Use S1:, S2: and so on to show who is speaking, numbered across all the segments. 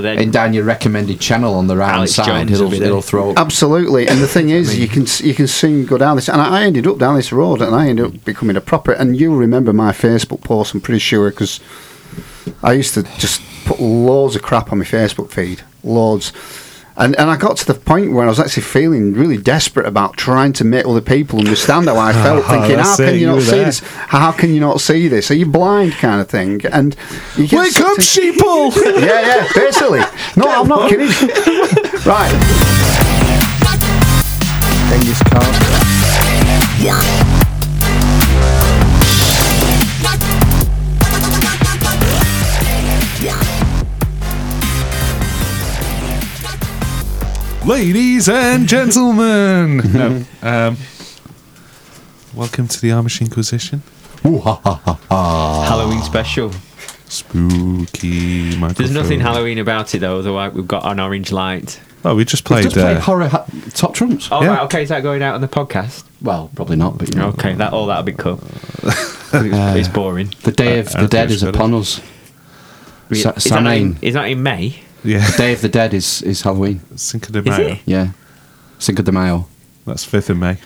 S1: then
S2: and down your recommended channel on the right hand
S1: Alex
S2: side,
S1: Jones
S2: it'll,
S1: will be
S2: it'll
S1: there.
S2: throw up.
S3: Absolutely, and the thing is, you can you can soon go down this, and I I ended up down this road, and I ended up becoming a proper. And you remember my Facebook post? I'm pretty sure because I used to just put loads of crap on my Facebook feed, loads, and and I got to the point where I was actually feeling really desperate about trying to make other people understand how I felt,
S4: Ah,
S3: thinking, how
S4: that's
S3: can
S4: it,
S3: you
S4: you
S3: not
S4: were
S3: see
S4: there.
S3: this? How can you not see this? Are you blind, kind of thing? And you get
S2: Wake up,
S3: sucked in-
S2: sheeple!
S3: yeah, yeah, basically. No, I'm not kidding. right. Genghis Khan.
S4: Ladies and gentlemen, no, um, welcome to the Amish Inquisition.
S1: Halloween special.
S4: Spooky microphone.
S1: There's nothing Halloween about it though. Otherwise, we've got an orange light.
S4: Oh, we just played.
S2: Just play
S4: uh,
S2: horror ha- top trumps.
S1: Oh,
S4: Yeah.
S1: right, okay. Is that going out on the podcast?
S2: Well, probably not, but you know.
S1: Okay, that all that'll be cool. it's, it's boring.
S2: The day of
S4: I
S2: the
S4: don't
S2: dead
S4: think
S2: is
S4: it's
S2: upon us.
S1: Is
S2: Sa-
S1: that in-
S2: Samhain.
S1: is that in May?
S4: yeah,
S2: Day of the Dead is, is Halloween.
S4: Cinco de
S1: Is
S4: Mayo.
S1: it?
S2: Yeah. Cinco de Mayo.
S4: That's fifth of May.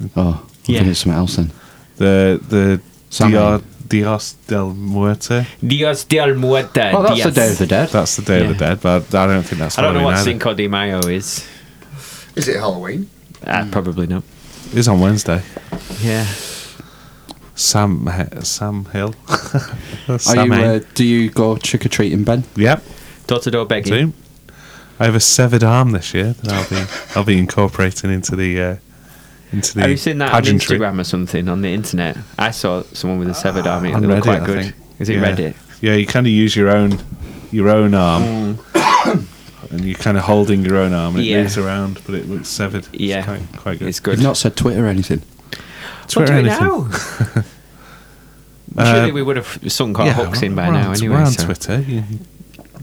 S4: Mm.
S2: Oh,
S1: Yeah.
S2: yeah. something else then.
S4: The the
S2: Samhain.
S4: Dia- Dios del Muerte.
S1: Dios del Muerte.
S2: Well, Oh, that's
S1: Dios.
S2: the Day of the Dead.
S4: That's the Day of the
S1: Yeah.
S4: Dead, but I don't think that's.
S1: I don't know
S4: Halloween
S1: what
S4: either.
S1: Cinco de Mayo is.
S3: Is it Halloween?
S1: Uh, Probably not.
S4: It's on Wednesday.
S1: Yeah.
S4: Sam Sam Hill.
S2: Are you,
S4: Samhain.
S2: uh, do you go trick or treating, Ben?
S4: Yep.
S1: Door to door begging.
S4: Soon. I have a severed arm this year that I'll be I'll be incorporating into the uh, into the
S1: Have you seen that
S4: pageantry.
S1: on Instagram or something on the internet? I saw someone with a severed arm. It
S4: On
S1: looked
S4: Reddit,
S1: quite
S4: I
S1: good.
S4: think.
S1: Is it
S4: yeah.
S1: Reddit?
S4: Yeah, you kind of use your own your own arm, and you're kind of holding your own arm, and
S1: Mm. Yeah.
S4: it moves around, but it looks severed. It's
S1: Yeah.
S4: quite, quite good.
S1: It's
S4: It's
S1: good.
S2: You've not said Twitter or anything.
S1: What do we
S4: anything.
S1: now? Surely we would have sunk our hooks in by
S4: Uh, we're
S1: now
S4: on,
S1: anyway.
S4: We're on
S1: so.
S4: Twitter. You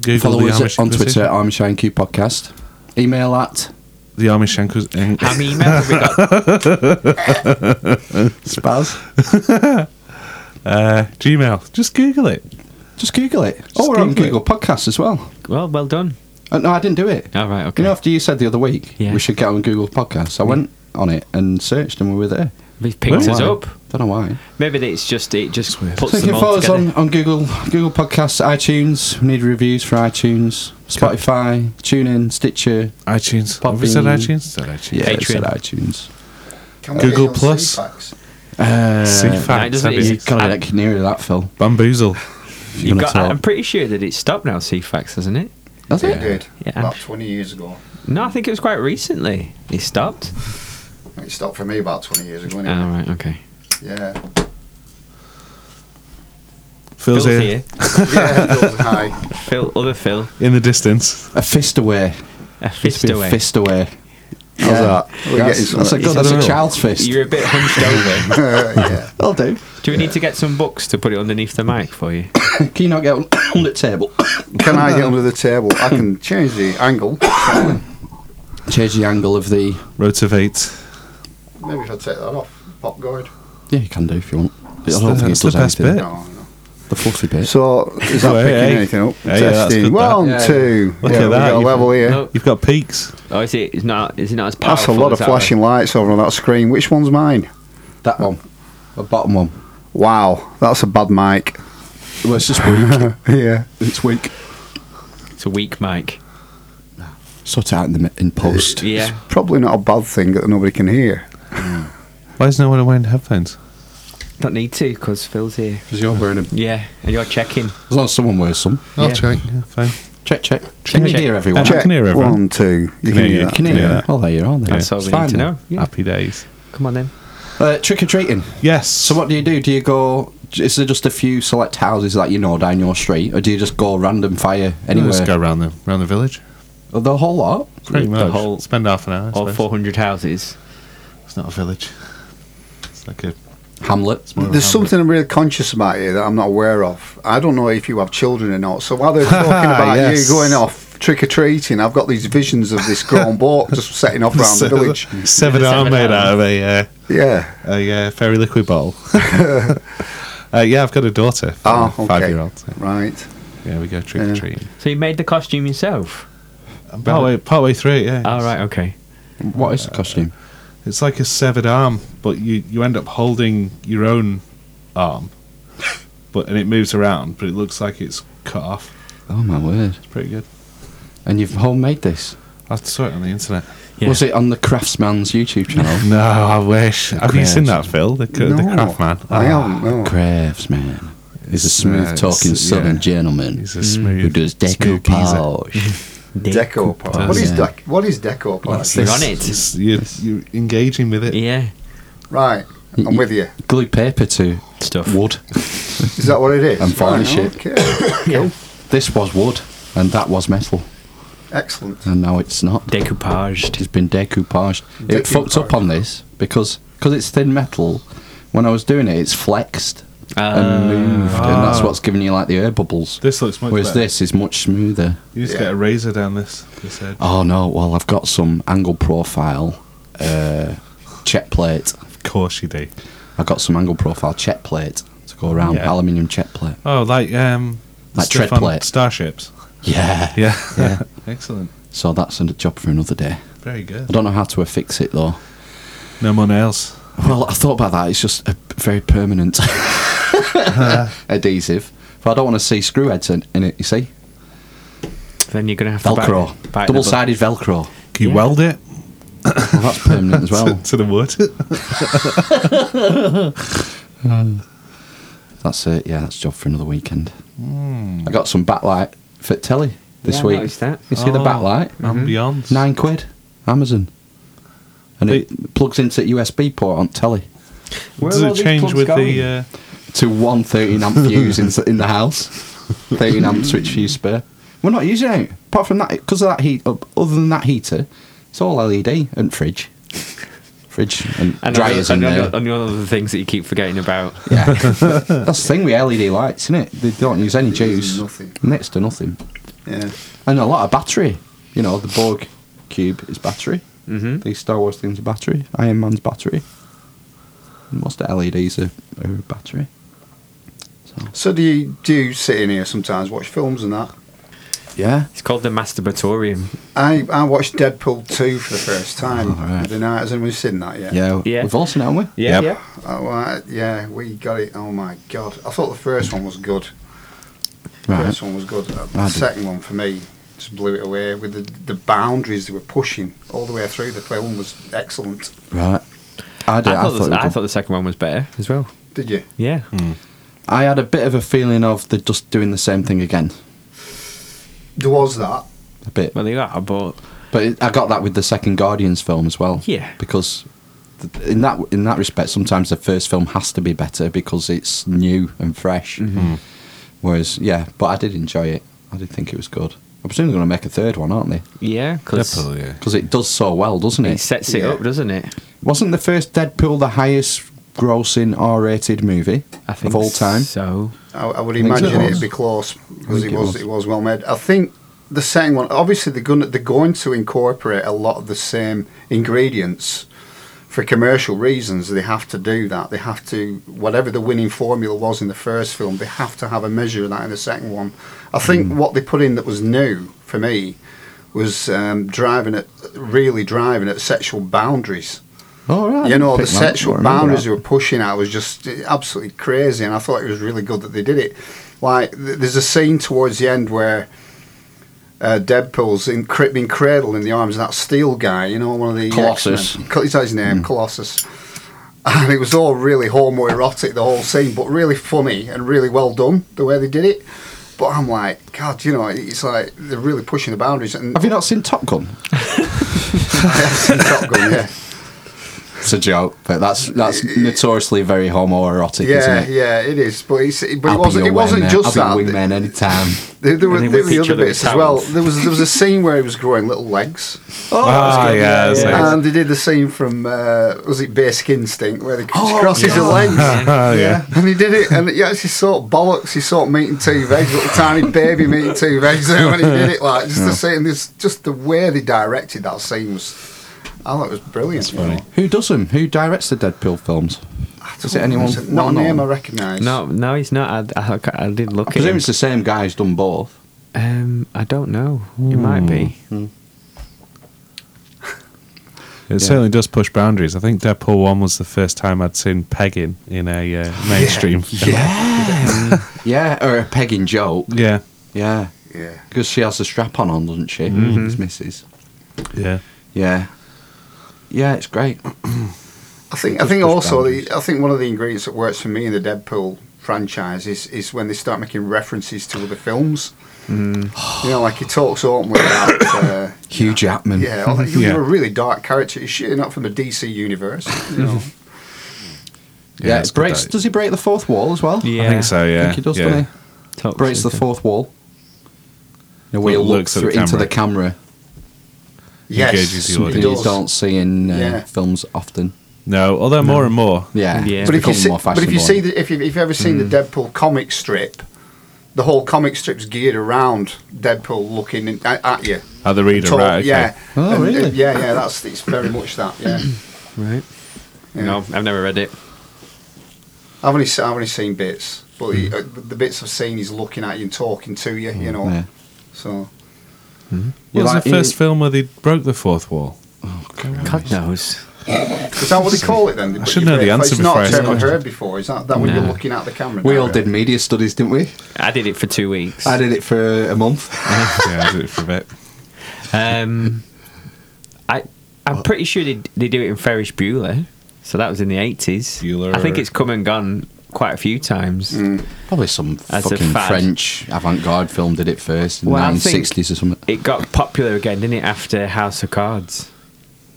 S4: Google
S2: Follow
S4: the
S2: us
S4: Amish
S2: on
S4: Inquisition.
S2: Twitter at Army Shine Q Podcast. Email at
S4: The Amish Inquisition.
S1: How many emails have we got?
S2: Spaz.
S4: Uh, Gmail. Just Google it.
S2: Just Google it. oh, we're on
S4: Google it.
S2: Google Podcasts as well.
S1: Well, well done.
S2: Uh, no, I didn't do it.
S1: All right, okay.
S2: You know, after you said the other week,
S1: Yeah.
S2: we should get on Google Podcasts. I went on it and searched, and we were there.
S1: They've picked
S4: Well,
S1: us
S2: Why?
S1: up.
S2: Don't know why.
S1: Maybe it's just it just
S4: weird.
S1: puts
S2: So you
S1: them
S2: can
S1: all
S2: follow us
S1: together.
S2: on, on Google, Google Podcasts, iTunes. We need reviews for iTunes, Spotify, TuneIn, Stitcher.
S4: iTunes.
S2: Pop
S4: Have we said
S2: in.
S4: iTunes? Said iTunes.
S2: Yeah, it
S1: Patreon.
S2: said iTunes.
S3: Can we
S4: Google
S3: get on
S4: Plus.
S3: CFAX?
S2: Uh,
S4: See
S1: no,
S4: facts.
S1: doesn't
S4: have
S1: it-
S4: you?
S2: you gotta get nearer that, Phil.
S4: Bamboozle.
S2: You're
S1: You've
S2: gonna
S1: got,
S2: talk.
S1: I'm pretty sure that it's stopped now, CFAX, hasn't it?
S2: That's
S3: They
S2: it.
S3: did.
S1: Yeah.
S3: About 20 years ago.
S1: No, I think it was quite recently. It stopped.
S3: It stopped for me about 20 years ago.
S1: All
S3: Anyway.
S1: right, okay.
S3: Yeah.
S1: Phil's
S4: Phil's here.
S1: here.
S3: Yeah, it goes high.
S1: Phil, other Phil,
S4: In the distance.
S2: A fist away.
S1: a
S2: It's
S1: fist
S2: been
S1: away.
S2: Fist away. How's
S3: Yeah.
S2: that?
S3: We're getting
S2: That's, that's a
S3: somewhere.
S2: good.
S1: It's
S2: That's
S1: a
S2: a
S1: little-
S2: child's fist.
S1: You're a bit hunched over.
S3: yeah.
S2: I'll do.
S1: Do we need to get some books to put it underneath the mic for you?
S2: Can you not get on, on the table?
S3: Can I get under the table? I can change the angle.
S2: Change the angle of the.
S4: Rotivate.
S3: Maybe if I take that off. Pop guard.
S2: Yeah, you can do if you want. But
S4: It's
S2: I don't
S4: the-
S2: think
S4: it's
S2: it does
S4: the best
S2: anything.
S4: bit.
S3: No, no.
S2: The fluffy bit.
S3: So, is that
S4: Oh, hey,
S3: picking
S4: hey.
S3: anything up?
S4: Hey, yeah, that's
S3: Testing.
S4: good, that.
S3: One,
S2: Yeah, yeah.
S3: two.
S4: Look
S3: yeah,
S4: at
S3: we
S4: that.
S3: got a
S4: You've-
S3: level here.
S1: No.
S4: You've got peaks.
S1: Oh, is it? It's not. Is it not as powerful?
S3: That's a lot
S1: as
S3: of
S1: that
S3: flashing
S1: one?
S3: lights over on that screen. Which one's mine?
S2: That one. The bottom one.
S3: Wow, that's a bad mic.
S2: Well, it's just weak.
S3: yeah.
S2: it's weak.
S1: It's a weak mic.
S2: Sort it out in, the, mi- in post.
S1: Yeah.
S3: Probably not a bad thing that nobody can hear.
S4: Why is no one wearing headphones?
S1: Don't need to, because Phil's here.
S2: Because you're wearing them.
S1: Yeah, and you're checking.
S2: As long as someone wears some.
S1: I'll
S4: Oh,
S1: Yeah. check.
S4: Yeah, fine.
S2: Check, check. Can you
S1: Check.
S2: hear everyone?
S4: Check. can hear everyone.
S3: One, two. You can
S4: Yeah,
S3: hear
S4: yeah.
S3: that.
S2: Can you hear?
S4: Yeah.
S2: them? Oh, there you are. There.
S1: That's all
S2: It's
S1: we
S2: fine
S1: need to
S2: then.
S1: know. Yeah.
S4: Happy days.
S1: Come on then.
S2: Uh, trick or treating.
S4: Yes.
S2: So what do you do? Do you go? Is there just a few select houses that you know down your street, or do you just go random fire anywhere?
S4: Let's go round the round the village.
S2: The whole lot.
S4: Pretty
S1: The
S4: much.
S1: whole-
S4: Spend half an hour. I
S1: All
S4: suppose.
S1: 400 houses.
S4: It's not a village. It's like a.
S2: Hamlet.
S3: There's something I'm really conscious about here that I'm not aware of. I don't know if you have children or not. So while they're talking about
S4: Yes.
S3: you going off trick or treating, I've got these visions of this grown bloke just setting off around the village.
S4: Seven
S1: Yeah, the
S4: arm
S1: seven
S4: made
S1: arm.
S4: out of a uh,
S3: Yeah.
S4: a uh, fairy liquid bottle. uh, yeah, I've got a daughter.
S3: Oh, okay.
S4: Five year old.
S3: Right.
S4: There we go, trick
S3: Yeah.
S4: or treating.
S1: So you made the costume yourself?
S4: Part way, part way through it, yeah.
S1: All right.
S4: It's-
S1: Okay.
S2: What is the costume?
S4: It's like a severed arm, but you, you end up holding your own arm, but and it moves around, but it looks like it's cut off.
S2: Oh my word!
S4: It's pretty good.
S2: And you've homemade this?
S4: I saw it on the internet.
S1: Yeah.
S2: Was it on the Craftsman's YouTube channel?
S4: No, I wish. Have you seen that,
S2: Crafts.
S4: Phil? The, c- the
S3: No,
S4: craft man. Ah.
S3: I haven't. No.
S2: Craftsman is a smooth talking
S4: it's-
S2: southern
S4: Oh. yeah.
S2: gentleman
S4: He's a smooth.
S2: who does
S4: smooth geezer.
S2: decoupage.
S3: Deco part. What is
S2: Yeah.
S3: dec- What is deco part?
S1: They're on
S4: It's-
S1: it.
S4: it's- You're, you're engaging with it.
S1: Yeah.
S3: Right. I'm with you.
S2: Glue paper to
S1: Stuff.
S2: wood.
S3: Is that what it is?
S2: And varnish
S3: Right,
S2: it.
S3: Okay.
S1: Yeah.
S2: This was wood, and that was metal,
S3: Excellent.
S2: and now it's not.
S1: Decoupaged.
S2: It's been decoupaged. It fucked up
S3: Decoupaged.
S2: on this because cause it's thin metal. When I was doing it, it's flexed
S1: Um, Ah.
S2: and moved, and that's
S4: Ah.
S2: what's giving you like the air bubbles.
S4: This looks much
S2: Whereas
S4: better.
S2: this is much smoother.
S4: You just
S3: Yeah.
S4: get a razor down this, this edge.
S2: Oh no! Well, I've got some angle profile uh, check plate.
S4: Of course you do.
S2: I've got some angle profile check plate to go around
S4: Yeah.
S2: aluminium check plate.
S4: Oh, like um, the
S2: Like
S4: stuff
S2: tread
S4: on
S2: plate.
S4: Starships.
S2: Yeah.
S4: Yeah.
S2: Yeah.
S4: Excellent.
S2: So that's a job for another day.
S4: Very
S2: I
S4: good.
S2: don't know how to affix it though.
S4: No more nails.
S2: Well, I thought about that. It's just a very permanent adhesive. But I don't want to see screw heads in, in it. You see,
S1: Then you're gonna have to buy-
S2: Velcro,
S1: buy the bu-
S2: double-sided Velcro.
S4: Can you
S1: Yeah.
S4: weld it
S2: Well, that's permanent as
S4: to,
S2: well.
S4: to the wood?
S2: That's it. Yeah, that's a job for another weekend. I got some backlight for telly this
S1: Yeah, I
S2: week.
S1: noticed that.
S2: You see the
S4: Oh,
S2: backlight? Mm-hmm.
S4: And beyond.
S2: Nine quid, Amazon, and it plugs into USB port on telly
S1: Where
S4: Does
S1: are all
S4: it
S1: these
S4: change
S1: plugs
S4: with
S1: going?
S4: the? Uh,
S2: to one 13 amp fuse in, in the house. 13 amp switch fuse spare. We're not using it apart from that because of that heat. Other than that heater, it's all LED and fridge, fridge and,
S1: And
S2: dryers
S1: and,
S2: in there.
S1: and, and all the things that you keep forgetting about.
S2: Yeah, that's the thing with LED lights, isn't it? They don't use any
S3: They use
S2: juice,
S3: nothing.
S2: next to nothing,
S3: Yeah.
S2: and a lot of battery. You know, the Borg cube is battery. Mm-hmm. These Star Wars things are battery. Iron Man's battery. And Most of the LEDs are, are battery.
S3: So do you do you sit in here sometimes watch films and that?
S2: Yeah.
S1: It's called the masturbatorium.
S3: I, I watched Deadpool two for the first time.
S2: Oh, right.
S3: the other night. Has anyone seen that yet?
S2: Yeah.
S1: Yeah.
S2: We've all seen it, haven't we?
S1: Yeah.
S4: Yep.
S1: Yeah.
S3: Oh uh, yeah, we got it. Oh my god! I thought the first one was good. The
S2: Right.
S3: First one was good. Uh, The
S2: I did.
S3: second one for me just blew it away with the the boundaries they were pushing all the way through. The film was excellent.
S2: Right. I,
S1: I, thought the,
S2: did, I, thought it
S1: I
S2: was- Hmm.
S1: thought the second one was better as well.
S3: Did you?
S1: Yeah.
S2: I had a bit of a feeling of they're just doing the same thing again.
S3: There was that.
S2: A bit.
S1: Well, they are, but
S2: But it, I got that with the second Guardians film as well.
S1: Yeah.
S2: Because th- in that in that respect, sometimes the first film has to be better because it's new and fresh. Whereas, yeah, but I did enjoy it. I did think it was good. I presume they're going to make a third one, aren't they?
S1: yeah, because
S4: Deadpool, yeah.
S2: Because it does so well, doesn't
S1: it
S2: it?
S1: sets it
S3: Yeah.
S1: up, doesn't it?
S2: Wasn't the first Deadpool the highest grossing R-rated movie
S1: I think
S2: of all time?
S1: So
S3: I, I would
S2: I think so.
S3: imagine
S2: It
S3: it
S2: was.
S3: would be close because
S2: think
S3: it
S2: it
S3: was
S2: was.
S3: it was well made. I think the second one. Obviously, they're going they're going to incorporate a lot of the same ingredients for commercial reasons. They have to do that. They have to whatever the winning formula was in the first film. They have to have a measure of that in the second one. I think what they put in that was new for me was um, driving at really driving at sexual boundaries.
S2: All right.
S3: You know, the
S2: Pick that,
S3: sexual
S2: I remember
S3: boundaries
S2: that.
S3: they were pushing out was just absolutely crazy, and I thought it was really good that they did it. Like, th- there's a scene towards the end where uh, Deadpool's in, cra- being cradled in the arms of that steel guy, you know, one of the.
S2: Colossus. Hmm.
S3: X-Men. Co- Is that his name? Colossus. And it was all really homoerotic, the whole scene, but really funny and really well done the way they did it. But I'm like, God, you know, it's like they're really pushing the boundaries. And
S2: Have you not seen Top Gun?
S3: Top Gun, yeah.
S2: It's a joke, but that's that's notoriously very homoerotic, isn't
S3: Yeah,
S2: it?
S3: yeah, it is. But, it's, but it
S2: I'll be
S3: wasn't,
S2: your
S3: it wasn't
S2: wingman.
S3: just
S2: I'll
S3: that.
S2: Be your wingman anytime.
S3: There, there were,
S1: they whip
S3: there were the
S1: each
S3: other
S1: other with
S3: bits as well.
S1: towels.
S3: There was there was a scene where he was growing little legs,
S4: Ah, yeah. it's like-
S3: and they did the scene from uh, was it Basic Instinct where they crosses his legs.
S4: Oh, yeah.
S3: And he did it, and he actually sort bollocks. He sort meeting two vegs, little tiny baby meeting two vegs. And when he did it, like just the scene, this, just the way they directed that
S2: Uh,
S3: scene was, I thought it was brilliant. you know.
S2: Who does them? Who directs the Deadpool films?
S3: I
S2: Is it anyone?
S3: Not a
S2: well
S3: name I
S2: known?
S3: recognise.
S1: No, no, he's not. I, I, I did
S2: I
S1: look at
S2: presume
S1: him.
S2: it's the same guy who's done both.
S1: Um, I don't know. It
S2: Hmm.
S1: might be.
S4: It certainly does push boundaries. I think Deadpool one was the first time I'd seen pegging in a uh, mainstream. film.
S2: Yeah, yeah, or a pegging joke.
S4: yeah,
S2: Yeah,
S3: Yeah.
S2: because she has a strap on on, doesn't she? His missus.
S4: yeah.
S2: Yeah, yeah, it's great.
S3: I think
S2: Just
S3: I think
S2: push
S3: also the
S2: boundaries.
S3: I think one of the ingredients that works for me in the Deadpool franchise is is when they start making references to other films. You know, like he talks openly about. Uh,
S2: Hugh Jackman.
S3: Yeah, well, you-
S4: Yeah.
S3: you're a really dark character. You're surely not from the DC universe. You know.
S2: yeah.
S4: Yeah,
S2: it
S4: it's good
S2: breaks.
S4: that-
S2: Does he break the fourth wall as well?
S1: Yeah.
S4: I think so.
S2: I
S4: Yeah,
S2: think he does,
S4: yeah.
S2: doesn't he?
S1: Talks
S2: Breaks the
S1: into-
S2: fourth wall. The way he
S4: Looks
S2: looks
S4: at the
S2: through into the camera.
S4: Engages
S3: yes,
S4: the
S2: Something
S4: He
S3: it
S2: you
S4: does.
S2: don't
S3: does.
S2: see in uh,
S3: Yeah.
S2: films often.
S4: No, although more and more.
S2: Yeah,
S1: Yeah. But
S2: it's
S3: But if you
S2: becoming
S3: see,
S2: more
S3: but if you
S2: fashionable.
S3: see the, if you've, if you've ever seen the Deadpool comic strip, the whole comic strip's geared around Deadpool looking in, at, at you.
S4: At the reader,
S3: Tall-
S4: right? Okay.
S3: Yeah.
S2: Oh,
S3: And-
S2: really?
S3: and yeah, yeah. That's it's very much that. Yeah.
S1: Right.
S3: Yeah.
S1: No, I've never read it.
S3: I've only se- I've only seen bits, but he, uh, the bits I've seen, he's looking at you and talking to you. You know.
S2: yeah.
S3: So
S4: What
S2: You
S4: was
S2: like-
S4: the first film where they broke the fourth wall?
S1: God knows.
S3: is that what they call it then? But
S4: should
S3: you-
S4: know the answer
S3: It's not
S4: before I
S3: a term I've
S4: started.
S3: heard before. Is that that when
S1: No.
S3: you're looking at the camera?
S2: we
S3: now,
S2: all
S3: really?
S2: did media studies, didn't we?
S1: I did it for two weeks.
S2: I did it for a month.
S4: yeah, I did it for a bit.
S1: Um, I I'm pretty sure they they do it in Ferris Bueller, so that was in the eighties.
S4: Bueller.
S1: I think it's come and gone quite a few times.
S2: Hmm. Probably some
S1: As a
S2: fucking
S1: fad.
S2: French avant-garde film did it first in
S1: Well, I
S2: the
S1: think-
S2: 1960s or something.
S1: It got popular again, didn't it? After House of Cards,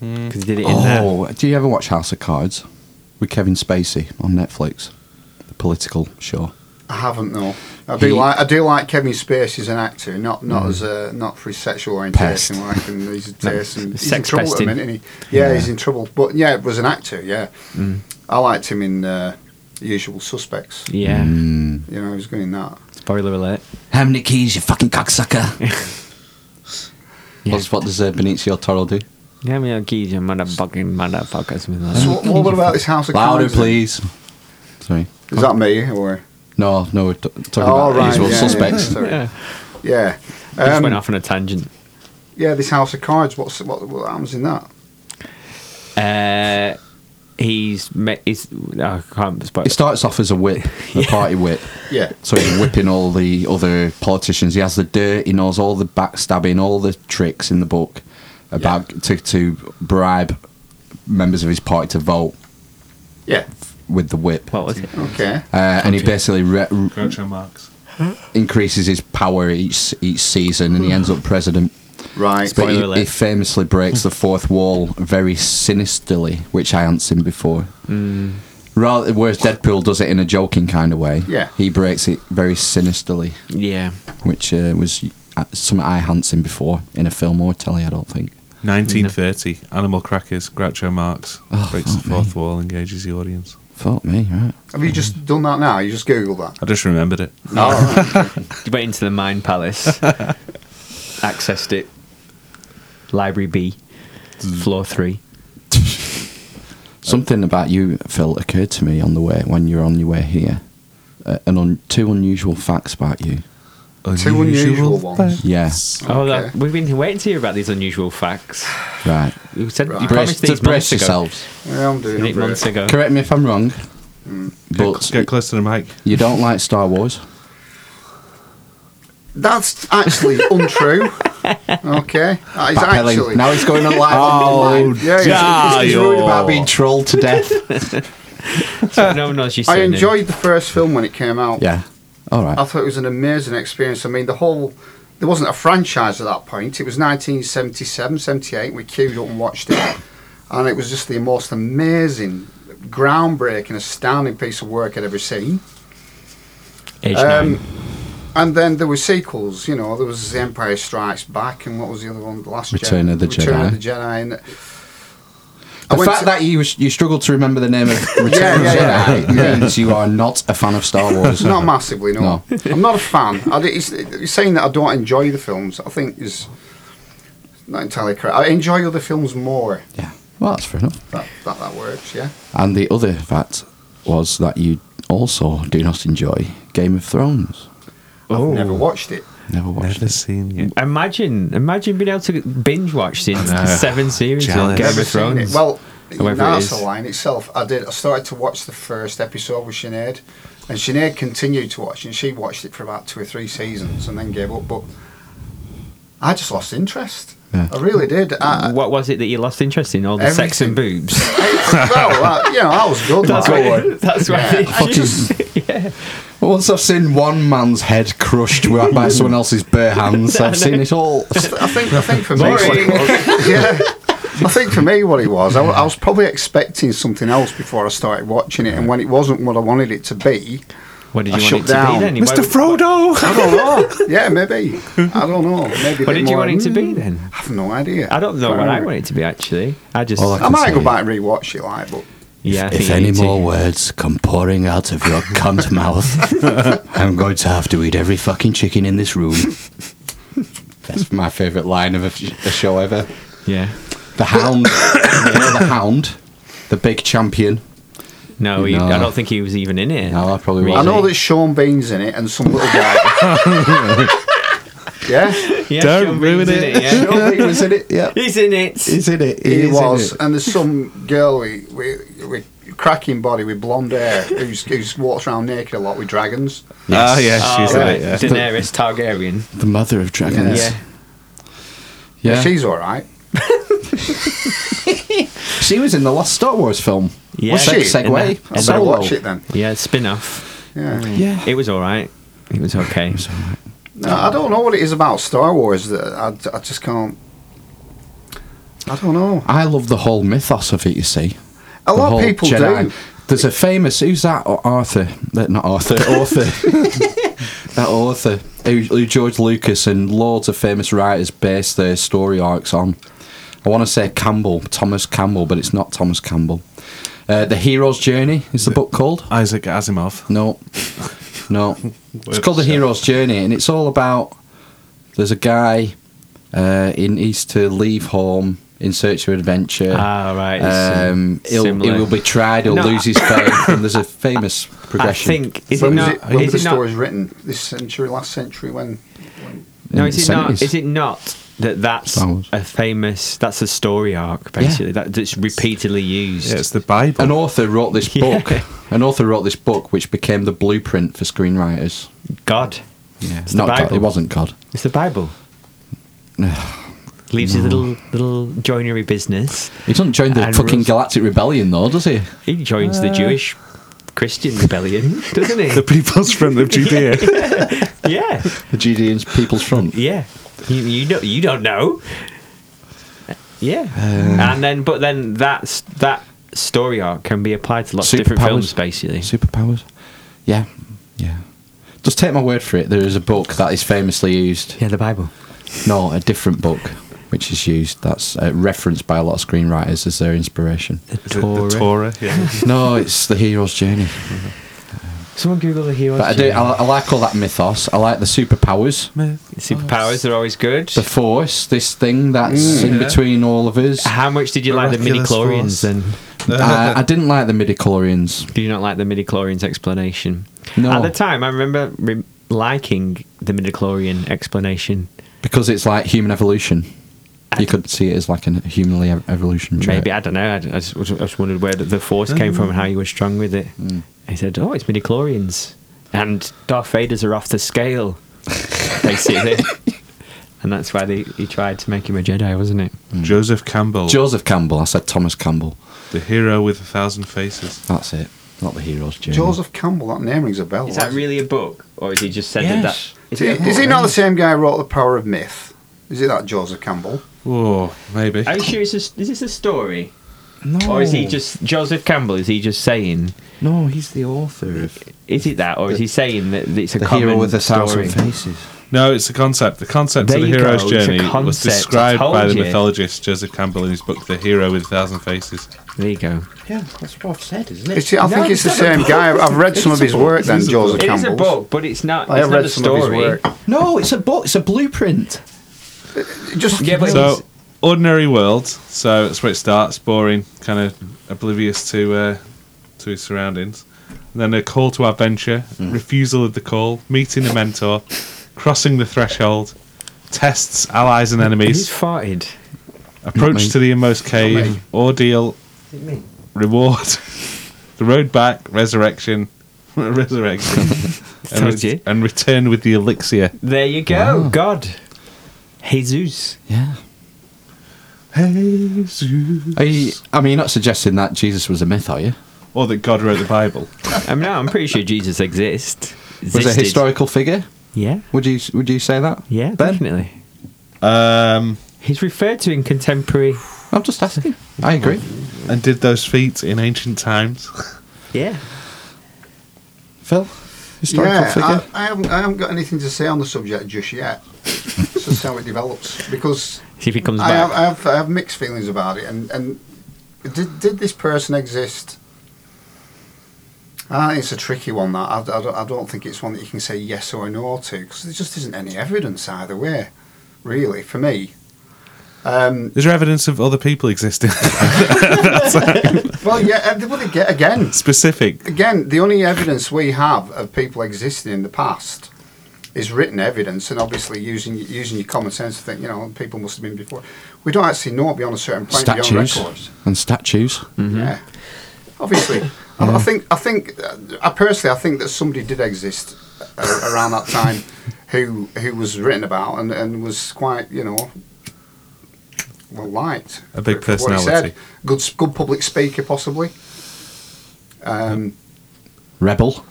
S1: because did it in
S2: Oh, do you ever watch House of Cards with Kevin Spacey on Netflix? The political show.
S3: I haven't though. I do
S2: He-
S3: like I do like Kevin Spacey as an actor, not not as a not for his sexual orientation.
S2: Pest.
S3: Like, and he's,
S1: No,
S3: he's in
S1: sex
S3: trouble
S1: pesting.
S3: at the minute. isn't he? Yeah,
S2: Yeah.
S3: he's in trouble. But yeah, was an actor. Yeah, I liked him in uh, Usual Suspects.
S1: there. Yeah.
S2: Mm.
S3: You know, he was good in that.
S1: Spoiler alert.
S2: How many keys, you fucking cocksucker? That's what does uh, Benicio Toro do?
S1: Yeah, me a geezer, motherfucking motherfucker, something like
S3: So
S1: that.
S3: what, what about this House of
S2: Louder,
S3: Cards then?
S2: please. Sorry.
S3: Is that me or?
S2: No, no, we're t- talking
S3: Oh,
S2: about
S3: right,
S2: usual
S3: yeah,
S2: suspects.
S3: yeah. Sorry.
S1: Yeah.
S3: Yeah,
S1: I just went
S3: um,
S1: off on a tangent.
S3: yeah. This House of Cards. What's what? What happens in that?
S1: Uh, he's met. He's, oh, I can't. Spoil
S2: It starts off as a whip, a party whip.
S3: Yeah.
S2: So he's whipping all the other politicians. He has the dirt. He knows all the backstabbing, all the tricks in the book about to, to bribe members of his party to vote
S3: Yeah.
S2: with the whip.
S1: What was it?
S3: Okay.
S2: Uh, and he basically re- re-
S4: Groucho Marx.
S2: increases his power each each season, and he ends up president.
S3: Right.
S2: But
S1: Spoiler
S2: he,
S1: alert.
S2: he famously breaks the fourth wall very sinisterly, which I hadn't seen before. Rather, whereas Deadpool does it in a joking kind of way,
S3: Yeah.
S2: he breaks it very sinisterly,
S1: Yeah.
S2: which uh, was uh, something I hadn't seen before in a film or telly. I don't think.
S4: 1930, Animal Crackers, Groucho Marx
S2: Oh,
S4: breaks the
S2: fuck me.
S4: fourth wall, engages the audience.
S2: Fuck me, right?
S3: Have you just done that now? You just googled that.
S4: I just remembered it.
S3: Oh, right.
S1: You went into the mine palace, accessed it. Library B,
S3: Mm.
S1: floor three.
S2: Something about you, Phil, occurred to me on the way when you were on your way here. Uh, and on two unusual facts about you.
S3: Two unusual ones.
S2: Yeah,
S1: Oh,
S3: Okay.
S1: that, we've been waiting to hear about these unusual facts.
S2: right.
S1: You said you
S3: Right.
S1: promised
S2: Brace,
S1: these months
S2: just brace
S1: ago.
S2: yourselves.
S3: Yeah, I'm
S1: Eight
S3: doing
S1: months
S3: it.
S1: ago.
S2: Correct me if I'm wrong,
S4: Get,
S2: but
S4: get close to the mic.
S2: you don't like Star Wars.
S3: That's actually untrue. Okay, that is
S2: Pat Pelling.
S3: actually.
S2: Now he's going on live.
S4: Oh,
S2: on the line.
S3: yeah, yeah.
S2: He's worried about being trolled to death.
S1: So no one knows you
S3: I
S1: said
S3: enjoyed the first film when it came out.
S2: yeah. All right.
S3: I thought it was an amazing experience. I mean, the whole there wasn't a franchise at that point. It was 1977, 78. We queued up and watched it, and it was just the most amazing, groundbreaking, astounding piece of work I'd ever seen.
S1: Age
S3: Um,
S1: nine.
S3: and then there were sequels. You know, there was The Empire Strikes Back, and what was the other one? The Last
S2: Return
S3: Jedi.
S2: of the
S3: Return
S2: Jedi.
S3: of the Jedi. And I
S2: The
S3: went
S2: fact
S3: to-
S2: that you you struggled to remember the name of Return
S3: yeah, yeah.
S2: of the Jedi means you are not a fan of Star Wars.
S3: not massively, no.
S2: No.
S3: I'm not a fan. I, it's, it's saying that I don't enjoy the films, I think is not entirely correct. I enjoy other films more.
S2: Yeah. Well, that's fair enough.
S3: That that, that works, yeah.
S2: And the other fact was that you also do not enjoy Game of Thrones.
S1: Oh.
S3: I've never watched it.
S2: Never watched
S4: Never
S2: it.
S4: seen you.
S1: Imagine, imagine being able to binge watch the
S4: know.
S1: seven series of
S4: Jealous.
S1: Game
S3: Never
S1: of
S3: seen
S1: Thrones.
S3: it. Well,
S1: However it is.
S3: Narsa Line itself, I did. I started to watch the first episode with Sinead, and Sinead continued to watch, and she watched it for about two or three seasons, and then gave up. But I just lost interest.
S2: Yeah.
S3: I really did. I,
S1: what was it that you lost interest in? All the sex and boobs.
S3: I- well, I, you know, I was good.
S1: That's
S3: like,
S1: right. That's right.
S3: I just,
S2: Well, once I've seen one man's head crushed wi- by someone else's bare hands, I've seen it all.
S3: I think I think for me, what it was, yeah. I think for me, what it was, I, wa- I was probably expecting something else before I started watching it, and when it wasn't what I wanted it to be,
S1: What did
S3: I
S1: you want
S3: shut
S1: it to
S3: down.
S1: be then?
S4: Mr.
S1: What-
S4: Frodo!
S3: I don't know. yeah, maybe. I don't know. Maybe.
S1: What
S3: a bit
S1: did you
S3: more-
S1: want it to be then?
S3: I have no idea.
S1: I don't know
S3: Quite
S1: what I
S3: right.
S1: want it to be actually. I just
S2: All I
S3: I
S2: can
S3: might
S2: say.
S3: go back and rewatch it, like, but
S1: yeah. I think
S2: If
S1: you
S2: any
S1: need to.
S2: more words come pouring out of your cunt mouth, I'm going to have to eat every fucking chicken in this room. That's my favourite line of a, f- a show ever.
S1: yeah.
S2: The Hound, you know, the Hound, the big champion.
S1: No, he,
S2: No.
S1: I don't think he was even in it.
S2: No, I probably
S1: Really?
S2: Is
S3: I know
S2: he?
S3: that Sean Bean's in it and some little guy. yeah,
S1: Yeah,
S4: Don't
S1: Sean
S4: ruin
S1: Bean's in
S4: it.
S1: yeah.
S2: was in it, yeah.
S1: He's in it.
S2: He's in it.
S3: he
S2: is in
S3: was.
S2: it.
S3: And there's some girl with, with, with cracking body with blonde hair who's, who's walks around naked a lot with dragons.
S4: Ah, yeah, she's
S1: oh,
S4: in
S1: right.
S4: it, yeah.
S1: Daenerys Targaryen.
S2: The mother of dragons.
S3: Yes.
S2: Yeah. She,
S3: She's all right.
S2: she was in the last Star Wars film.
S1: Yeah.
S2: Was
S1: Was
S2: she?
S3: she?
S2: Segway.
S1: In the- in
S3: So
S1: the-
S2: Solo.
S3: watch it then.
S1: Yeah, spin off.
S3: Yeah.
S2: Yeah.
S1: It was all right. It was okay.
S3: No, I don't know what it is about Star Wars that I, I just can't. I don't know.
S2: I love the whole mythos of it, you see. The
S3: A lot
S2: whole
S3: of people
S2: Jedi.
S3: do.
S2: There's a famous, who's that? Or Arthur. Uh, Not Arthur, Arthur. that author who, who George Lucas and loads of famous writers base their story arcs on. I want to say Campbell, Thomas Campbell, but it's not Thomas Campbell. Uh, the Hero's Journey is the book called.
S4: Isaac Asimov.
S2: No. No. it's called The
S4: Website.
S2: Hero's Journey, and it's all about there's a guy uh, in he's to leave home in search of adventure.
S1: Ah, right. it's
S2: Um, he'll, he
S1: similar.
S2: will be tried, he'll
S1: No,
S2: lose his faith, and there's a famous
S1: I
S2: progression.
S1: think is it
S3: when was
S1: not?
S3: it, when were
S1: is
S3: the
S1: it not-
S3: stories written? This century, last century, when? when
S1: No,
S2: in
S1: is
S2: the
S1: it not?
S2: 70s.
S1: Is it not that that's
S2: Star Wars.
S1: a famous? That's a story arc, basically. That, that's repeatedly used.
S4: Yeah, it's the Bible.
S2: An author wrote this
S1: Yeah.
S2: book. An author wrote this book, which became the blueprint for screenwriters.
S1: God.
S2: Yeah,
S1: It's the
S2: not God,
S1: Bible.
S2: it wasn't God.
S1: It's the Bible. Leaves his little
S2: Mm.
S1: little joinery business.
S2: He doesn't join the
S1: And
S2: fucking
S1: Rus-
S2: Galactic Rebellion, though, does he?
S1: He joins
S2: Uh.
S1: the Jewish Christian rebellion, doesn't he?
S4: the People's Friend of Judea.
S1: yeah,
S2: The Judean People's Front.
S1: yeah. You, you don't you don't know. Yeah,
S2: Uh.
S1: and then but then that's that story arc can be applied to lots of different
S2: Superpowers.
S1: films, basically.
S2: Superpowers. Yeah. Yeah. Just take my word for it. There is a book that is famously used.
S1: Yeah, the Bible.
S2: No, a different book which is used. That's uh, referenced by a lot of screenwriters as their inspiration.
S4: The, the Torah, yeah.
S2: no, it's the hero's journey.
S1: Someone Google the heroes.
S2: But I do.
S1: journey.
S2: I, I like all that mythos. I like the superpowers,
S4: Uh,
S1: Superpowers are always good.
S2: the force, this thing that's
S3: Mm.
S2: in
S4: yeah.
S2: between all of us. I,
S1: How much did you like the midi
S4: Miraculous
S1: chlorians?
S4: force.
S1: Then
S4: Uh,
S2: I didn't like the midi chlorians.
S1: do you not like the midi chlorians explanation?
S2: No.
S1: At the time, I remember re- liking the midi chlorian explanation.
S2: because it's like human evolution. You could see it as like a human ev- evolution. Trait.
S1: Maybe I don't know. I, I just, I just wondered where the, the force came from and how you were strong with it. He said, "Oh, it's midi chlorians, and Darth Vader's are off the scale, basically." And that's why they, he tried to make him a Jedi, wasn't it?
S4: Joseph Campbell,
S2: Joseph Campbell. I said Thomas Campbell.
S4: the hero with a thousand faces.
S2: That's it. Not the hero's journey.
S3: Joseph Campbell, that name rings a bell.
S1: Is that
S3: doesn't it?
S1: really a book, or is he just said that?
S2: Yes.
S1: that
S3: Is, he, is he not the same guy who wrote The Power of Myth? Is it that Joseph Campbell?
S4: Oh, maybe.
S1: Are you sure it's a, is this a story,
S2: No.
S1: or is he just Joseph Campbell? Is he just saying?
S2: No, he's the author of
S1: Is it that, or is he saying that it's a
S2: the
S1: common
S2: hero with a
S1: story?
S2: thousand faces.
S4: No, it's a concept. The concept
S1: There
S4: of the
S1: you
S4: hero's
S1: go, it's a
S4: journey was
S1: concept, I
S4: described by
S1: told
S4: the
S1: you.
S4: mythologist Joseph Campbell in his book *The Hero with a Thousand Faces*.
S1: There you go.
S2: Yeah, that's what I've said, isn't
S3: It's, I think it's the same guy. I've read some of his work then, Joseph
S1: It is a
S3: Campbell's.
S1: book, but it's not.
S3: I
S1: it's
S3: have
S1: not
S3: read
S1: a
S3: some
S1: story.
S3: of his work.
S2: No, it's a book. It's a blueprint.
S3: Just
S1: Yeah, but
S4: So, ordinary world. So that's where it starts. Boring, kind of oblivious to uh, to his surroundings. then a call to adventure,
S1: Hmm.
S4: refusal of the call, meeting a mentor, crossing the threshold, tests allies and
S1: Who's
S4: enemies,
S1: farted?
S4: approach to the inmost cave, ordeal,
S1: Is it me?
S4: reward, the road back, resurrection, resurrection, and,
S1: Told you.
S4: and return with the elixir.
S1: There you go.
S2: Wow.
S1: God. Jesus.
S2: Yeah.
S4: Hey,
S2: Are you, I mean, you're not suggesting that Jesus was a myth, are you?
S4: or that God wrote the Bible.
S1: I mean, no, I'm pretty sure Jesus exists.
S2: Was a historical figure?
S1: Yeah.
S2: Would you Would you say that?
S1: Yeah,
S2: Ben?
S1: definitely.
S4: Um,
S1: He's referred to in contemporary.
S2: I'm just asking. I agree.
S4: and did those feats in ancient times.
S1: Yeah.
S2: Phil, historical figure.
S3: I, I, haven't, I haven't got anything to say on the subject just yet. It's just how it develops because
S1: See if he comes
S3: I
S1: back.
S3: have, I have I have mixed feelings about it. And and did, did this person exist? Ah, it's a tricky one. That I, I, don't, I don't think it's one that you can say yes or no to because there just isn't any evidence either way, really, for me. Um,
S4: Is there evidence of other people existing?
S3: well, yeah, and- well, aga- again,
S4: Specific.
S3: again, the only evidence we have of people existing in the past is written evidence, and obviously using using your common sense to think, you know, people must have been before. We don't actually know beyond a certain point beyond
S2: Statues
S3: records.
S2: and statues.
S4: Mm-hmm.
S3: Yeah, obviously. I, I think I think uh, I personally I think that somebody did exist uh, around that time who who was written about and, and was quite you know well liked
S4: A big
S3: for- for what he
S4: personality.
S3: said. good s- good public speaker possibly. Um,
S2: Rebel.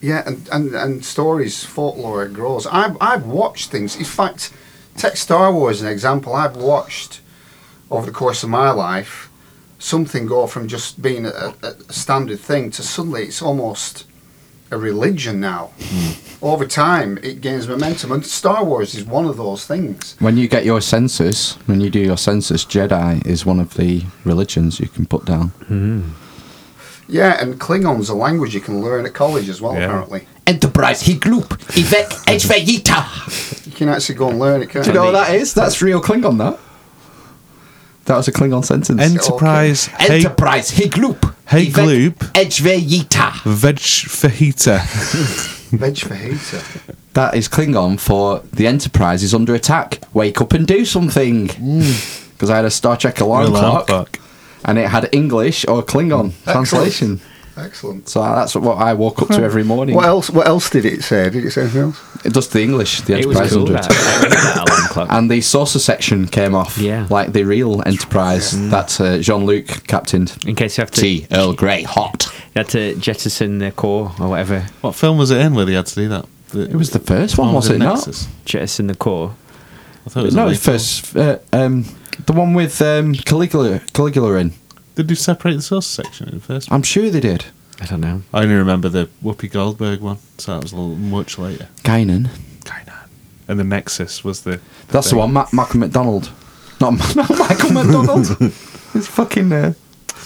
S3: yeah, and, and, and stories, folklore it grows. I've, I've watched things. In fact, take Star Wars as an example. I've watched over the course of my life something go from just being a, a a standard thing to suddenly it's almost a religion now. Over time, it gains momentum, and Star Wars is one of those things.
S2: When you get your census, when you do your census, Jedi is one of the religions you can put down.
S3: Yeah, and Klingon's a language you can learn at college as well,
S4: Yeah.
S3: apparently.
S2: Enterprise, he gloop, Ivek, Edveyita.
S3: You can actually go and learn it, can't
S2: Do you know what that is? That's real Klingon, that. That was a Klingon sentence.
S4: Enterprise. Hey,
S2: Enterprise, he gloop.
S4: Hey, gloop.
S2: Edveyita.
S4: veg fajita.
S3: Veg fajita.
S2: That is Klingon for the Enterprise is under attack. Wake up and do something. Because I had a Star Trek alarm,
S4: Alarm
S2: clock,
S4: clock.
S2: and it had English or Klingon translation.
S3: Excellent.
S2: So that's what I woke up to every morning.
S3: What else? What else did it say? Did it say anything else?
S2: It does the English, the
S1: it was
S2: Enterprise
S1: cool.
S2: under
S1: That,
S2: attack.
S1: I remember that alarm clock.
S2: And the saucer section came off,
S1: Yeah.
S2: like the real Enterprise that uh, Jean Luc captained.
S1: in case you have to,
S2: Tea, Earl Grey, hot.
S1: you had to jettison the core or whatever.
S4: What film was it in where they had to do that? The-
S2: It was the first one,
S4: Oh,
S2: was it not?
S4: Nexus?
S1: Jettison the core.
S4: I thought it was
S2: no,
S4: a
S2: it was
S4: prequel.
S2: first. Uh, um, the one with um, Caligula, Caligula in.
S4: Did you separate the source section in the first?
S2: I'm sure they did.
S1: I don't know.
S4: I only remember the Whoopi Goldberg one, so that was a little much later.
S2: Guinan.
S4: Kainan. And the Nexus was the.
S2: That's the
S4: thing.
S2: one, Ma- Malcolm McDonald. Not, Ma- not Michael McDonald. it's fucking. Uh,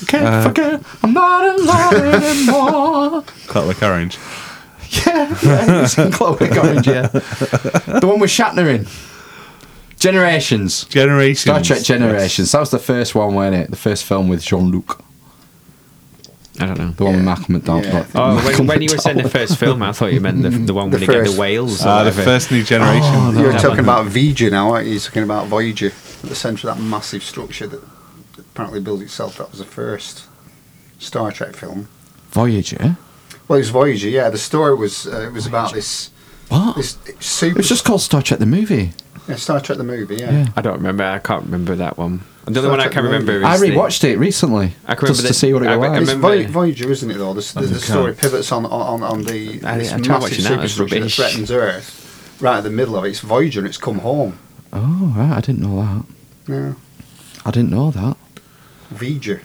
S2: can't
S4: Uh,
S2: forget. I'm not alone anymore.
S4: Clockwork Orange.
S2: Yeah, yeah, it's in Clockwork Orange, yeah. The one with Shatner in. Generations.
S4: Generations.
S2: Star Trek Generations. That was the first one, wasn't it? The first film with Jean Luc.
S1: I don't know.
S2: The one with
S3: Yeah.
S2: Malcolm McDonald.
S3: Yeah.
S2: not
S1: Oh, when,
S2: Malcolm
S1: when you were saying the
S2: McDowell.
S1: first film, I thought you meant the, the one
S3: The
S1: where they get
S3: first.
S1: the whales. Or
S4: Ah, the
S1: whatever.
S4: first new generation.
S2: Oh,
S3: You're
S1: that
S3: talking
S1: one.
S3: about Voyager now, aren't you? You're talking about Voyager at the centre of that massive structure that apparently builds itself. That was the first Star Trek film.
S2: Voyager.
S3: Well, it was Voyager. Yeah, the story was uh, it was about this
S2: What?
S3: this
S2: It
S3: super
S2: was just called Star Trek the movie.
S3: yeah, Star Trek the movie. Yeah.
S2: Yeah.
S1: I don't remember. I can't remember that one. And the other
S3: Star
S1: one I
S3: Trek
S1: can
S3: movie.
S1: remember is
S2: I
S1: the-
S2: rewatched it recently
S1: I can
S2: just
S1: remember
S2: to
S1: the-
S2: see what it
S1: I re- I
S2: was.
S3: It's
S1: remember-
S3: Voy- Voyager, isn't it? Though the, the,
S4: the
S3: the story
S4: card.
S3: pivots on on, on, on the
S1: I-
S3: this
S1: I tried
S3: massive
S1: watching that, it was
S3: superstructure that
S1: rubbish.
S3: threatens Earth, right at the middle of it. It's Voyager, and it's come home.
S2: Oh, right. I didn't know that.
S3: Yeah,
S2: I didn't know that.
S3: Voyager.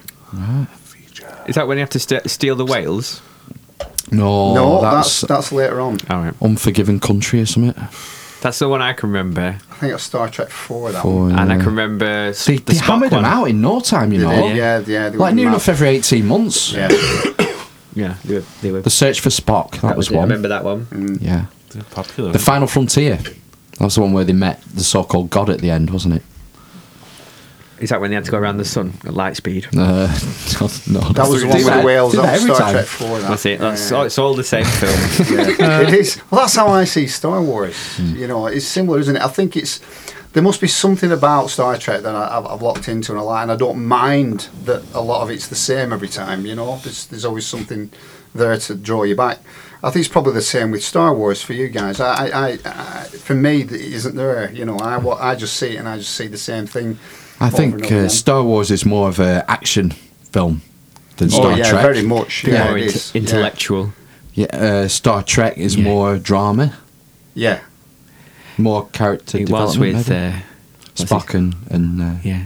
S1: Is that when you have to st- steal the whales?
S2: No,
S3: no,
S2: Oh, that's,
S3: that's that's later on.
S1: All right.
S2: Unforgiven Country or something.
S1: That's the one I can remember.
S3: I think it's Star Trek Four. That
S2: Four,
S3: one.
S1: And I
S2: yeah.
S1: can remember s-
S2: Uh, They,
S1: the
S2: they
S1: Spock
S2: hammered
S1: one.
S2: them out in no time, you
S3: They
S2: know.
S3: did, yeah, yeah. they
S2: Like
S3: were
S2: new
S3: mad.
S2: enough every 18 months.
S3: Yeah.
S1: Yeah, they were. They were
S2: The Search for Spock, that, was,
S1: it. I
S2: one.
S1: remember that one.
S2: Yeah.
S4: They're popular.
S2: The Final Frontier. That was the one where they met the so called God at the end, wasn't it?
S1: Is that when they had to go around the sun at light speed?
S2: Uh, no, no,
S3: That
S2: Do
S3: was the one with the
S2: that-
S3: whales.
S2: do
S3: That was
S2: every
S3: Star
S2: time. Uh.
S3: Trek 4. That.
S1: That's it. That's,
S3: Yeah.
S1: oh, it's all the same film.
S3: Yeah. it is. Well, that's how I see Star Wars. You know, it's similar, isn't it? I think it's there must be something about Star Trek that I, I've, I've locked into and I like, and I don't mind that a lot of it's the same every time. You know, there's, there's always something there to draw you back. I think it's probably the same with Star Wars for you guys. I, I, I, I for me, it isn't there. You know, I, wa- I just see it and I just see the same thing.
S2: I
S3: over and
S2: think
S3: over
S2: uh,
S3: again.
S2: Star Wars is more of an action film than Star
S3: oh yeah,
S2: Trek.
S3: very much. Yeah,
S1: more
S3: it
S1: int-
S3: is. Yeah.
S1: intellectual.
S2: Yeah, uh, Star Trek is
S1: Yeah.
S2: more drama,
S3: Yeah.
S2: more character
S1: It was
S2: development.
S1: with
S2: maybe.
S1: uh, what's his-
S2: Spock and, and uh,
S1: Yeah,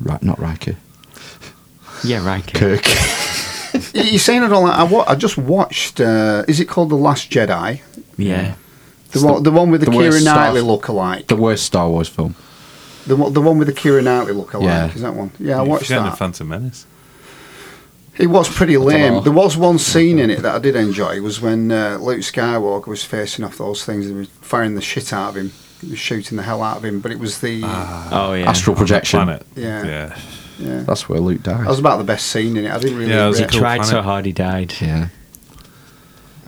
S2: Ri- not Riker,
S1: yeah, right.
S2: Kirk.
S3: You- You're saying it all. I, wa- I just watched. Uh, is it called The Last Jedi?
S1: Yeah,
S3: The
S2: It's
S3: one, the, one with the,
S2: the
S3: Kira
S2: worst Star-
S3: Knightley look-alike.
S2: the
S3: The,
S2: worst Star Wars film.
S3: one- the one with the Kira Knightley look-alike.
S2: Yeah.
S3: Is that one? Yeah, I watched
S4: You're getting the
S3: that.
S4: Phantom Menace.
S3: It was pretty
S2: know.
S3: lame. There was one scene in it that I did enjoy. It was when uh, Luke Skywalker was facing off those things. They were firing the shit out of him. They were shooting the hell out of him. But it was the...
S2: Ah. Uh,
S1: Oh yeah.
S2: Astral projection.
S4: Planet.
S3: Yeah.
S4: Yeah.
S3: yeah. That
S2: That's where Luke dies.
S3: was about the best scene in it. I didn't really...
S4: Yeah, it was a
S3: rate-
S4: cool
S1: Tried
S4: planet.
S1: so hard he died.
S2: yeah,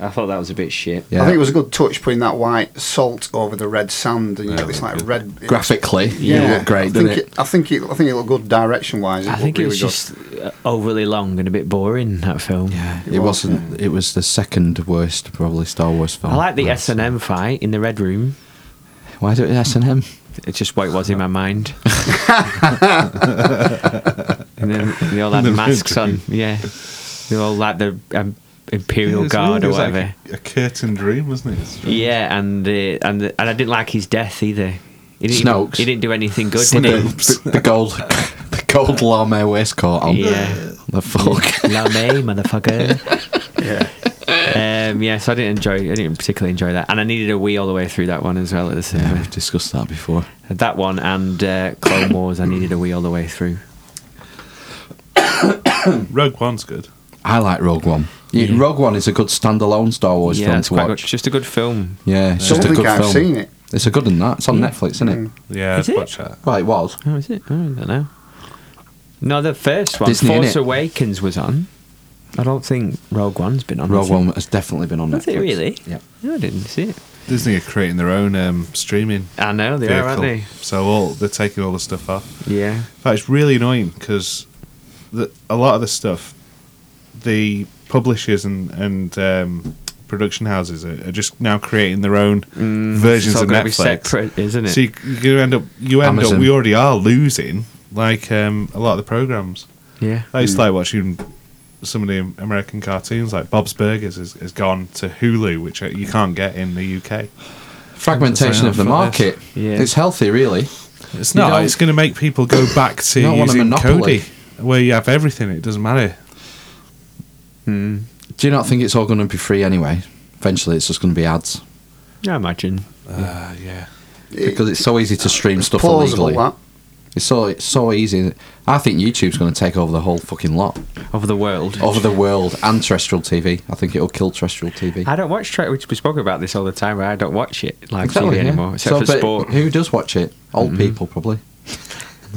S1: I thought that was a bit shit.
S2: yeah.
S3: I think it was a good touch putting that white salt over the red sand and you get this like red... it-
S2: graphically. Yeah, it looked
S3: I
S2: great,
S3: think
S2: didn't it?
S3: I think it. I think it looked good direction wise.
S1: I think it was just uh, overly long and a bit boring that film.
S2: Yeah,
S3: It
S2: it,
S3: was,
S2: wasn't. It was the second worst, probably Star Wars film.
S1: I like the S
S2: Yes.
S1: and M fight in the red room.
S2: Oh, Why do it S and M?
S1: It's just what it was in my mind. and then they all had
S4: The red
S1: masks on.
S4: room.
S1: Yeah, they all like the um, Imperial
S4: Yeah, it's
S1: Guard
S4: weird, it
S1: or
S4: was like
S1: whatever.
S4: a, a curtain dream, wasn't it? It's strange.
S1: Yeah, and uh, and and I didn't like his death either. He didn't,
S2: Snokes.
S1: He didn't do anything good,
S2: With
S1: did he?
S2: the, the, the gold, the gold lame waistcoat on.
S1: Yeah.
S2: The fuck.
S1: Lame, motherfucker.
S3: yeah.
S1: um, yeah, so I didn't enjoy. I didn't particularly enjoy that, and I needed a wee all the way through that one as well at the
S2: Yeah,
S1: cinema.
S2: we've discussed that before.
S1: That one and uh, Clone Wars, I needed a wee all the way through.
S4: Rogue One's good.
S2: I like Rogue One. Yeah,
S1: Yeah.
S2: Rogue One is a good standalone Star Wars
S1: yeah,
S2: film
S1: it's
S2: to
S1: quite
S2: watch.
S1: good. just a good film.
S2: Yeah,
S3: I
S2: it's
S3: don't
S2: just a
S3: think
S2: good
S3: I've
S2: film.
S3: seen it. Mm.
S2: It's a good one that. It's on Netflix, isn't it?
S4: Yeah,
S1: Is
S4: I'd
S1: it?
S4: watch that.
S2: Well, it was.
S1: Oh, is it? Oh, I don't know. No, the first one,
S2: Disney,
S1: Force
S2: innit?
S1: Awakens, was on. I don't think Rogue One's been on. has
S2: Rogue
S1: it?
S2: One has definitely been on
S1: Has
S2: Netflix.
S1: it really?
S2: Yeah.
S1: No, I didn't see it.
S4: Disney are creating their own um, streaming.
S1: I know Oh, they are, aren't
S4: vehicle.
S1: they?
S4: So all they're taking all the stuff off.
S1: Yeah.
S4: In fact, it's really annoying because a lot of the stuff, the publishers and and um, production houses are, are just now creating their own
S1: Mm,
S4: versions
S1: it's all
S4: of
S1: gonna be
S4: Netflix.
S1: separate, isn't it?
S4: So you, you're gonna end up. You end
S2: Amazon.
S4: up. We already are losing like um, a lot of the programs.
S1: Yeah.
S4: I used to like watching some of the American cartoons, like Bob's Burgers has, has gone to Hulu, which uh, you can't get in the UK.
S2: Fragmentation of the market.
S1: Yeah.
S2: It's healthy, really.
S4: It's
S2: You
S4: not.
S2: don't-
S4: It's going to make people go back to
S2: You don't want a
S4: using
S2: monopoly.
S4: Cody, where you have everything. It doesn't matter.
S2: Do you not think it's all going to be free anyway? Eventually, it's just going to be ads
S1: I imagine.
S4: Uh, yeah.
S2: because it's so easy to stream stuff
S3: plausible
S2: illegally.
S3: that.
S2: It's so it's so easy. I think YouTube's going to take over the whole fucking lot
S1: Of the world.
S2: over the world and terrestrial TV. I think it'll kill terrestrial TV.
S1: I don't watch Trek. We we spoke about this all the time. Where I don't watch it like TV
S2: yeah.
S1: anymore, except
S2: So,
S1: for
S2: but
S1: sport. Mm-hmm.
S2: Who does watch it? Old people, probably.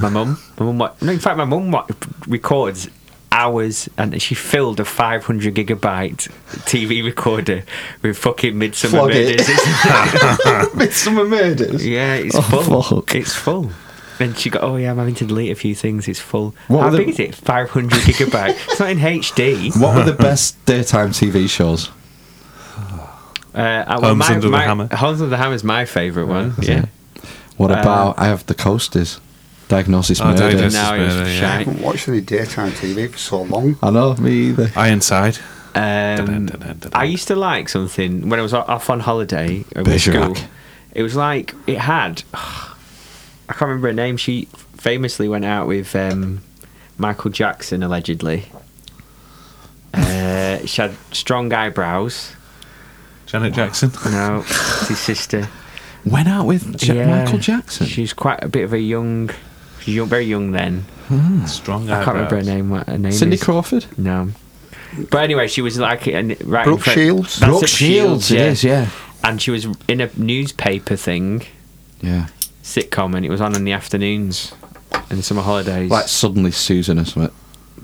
S1: My mum. My mum. wa- No, in fact, my mum wa- records hours, and she filled a 500 gigabyte TV recorder with fucking Midsummer
S2: Flog it.
S1: Murders.
S2: Midsummer Murders.
S1: yeah, it's
S2: Oh,
S1: full.
S2: fuck.
S1: It's full. And she got, oh yeah, I'm having to delete a few things. It's full.
S2: What
S1: How
S2: were the-
S1: big is it? 500 gigabyte. it's not in HD.
S2: What were the best daytime TV shows?
S1: Uh, well,
S4: Homes
S1: my,
S4: Under the
S1: my-
S4: Hammer.
S1: Homes Under the Hammer is my favourite one.
S2: Is
S1: Yeah.
S2: it? What
S1: Uh,
S2: about I have the coasters? Diagnosis
S4: Oh,
S2: murder.
S4: Diagnosis.
S1: Now it's
S4: This is better, yeah.
S3: I
S1: shite.
S3: haven't watched any daytime TV for so long.
S2: I know, me either.
S4: Ironside.
S1: Um,
S4: Dun-dun-dun-dun-dun.
S1: I used to like something when I was o- off on holiday uh, with school.
S2: Bergerac.
S1: It was like it had. I can't remember her name. She famously went out with um, Michael Jackson allegedly. Uh, she had strong eyebrows.
S4: Janet Jackson.
S1: No, it's his sister.
S2: Went out with Ja-
S1: Yeah.
S2: Michael Jackson.
S1: She's quite a bit of a young, she's young very young then.
S4: Strong.
S1: I can't remember her
S4: eyebrows.
S1: name. What her name
S2: Cindy
S1: is.
S2: Crawford.
S1: No. But anyway, she was like and right. in
S3: Brooke
S1: front-
S3: Shields?
S1: That's
S2: Brooke
S1: it,
S2: Shields, it is, yeah.
S1: And she was in a newspaper thing,
S2: Yeah.
S1: sitcom, and it was on in the afternoons. in the summer holidays.
S2: Like suddenly Susan or something.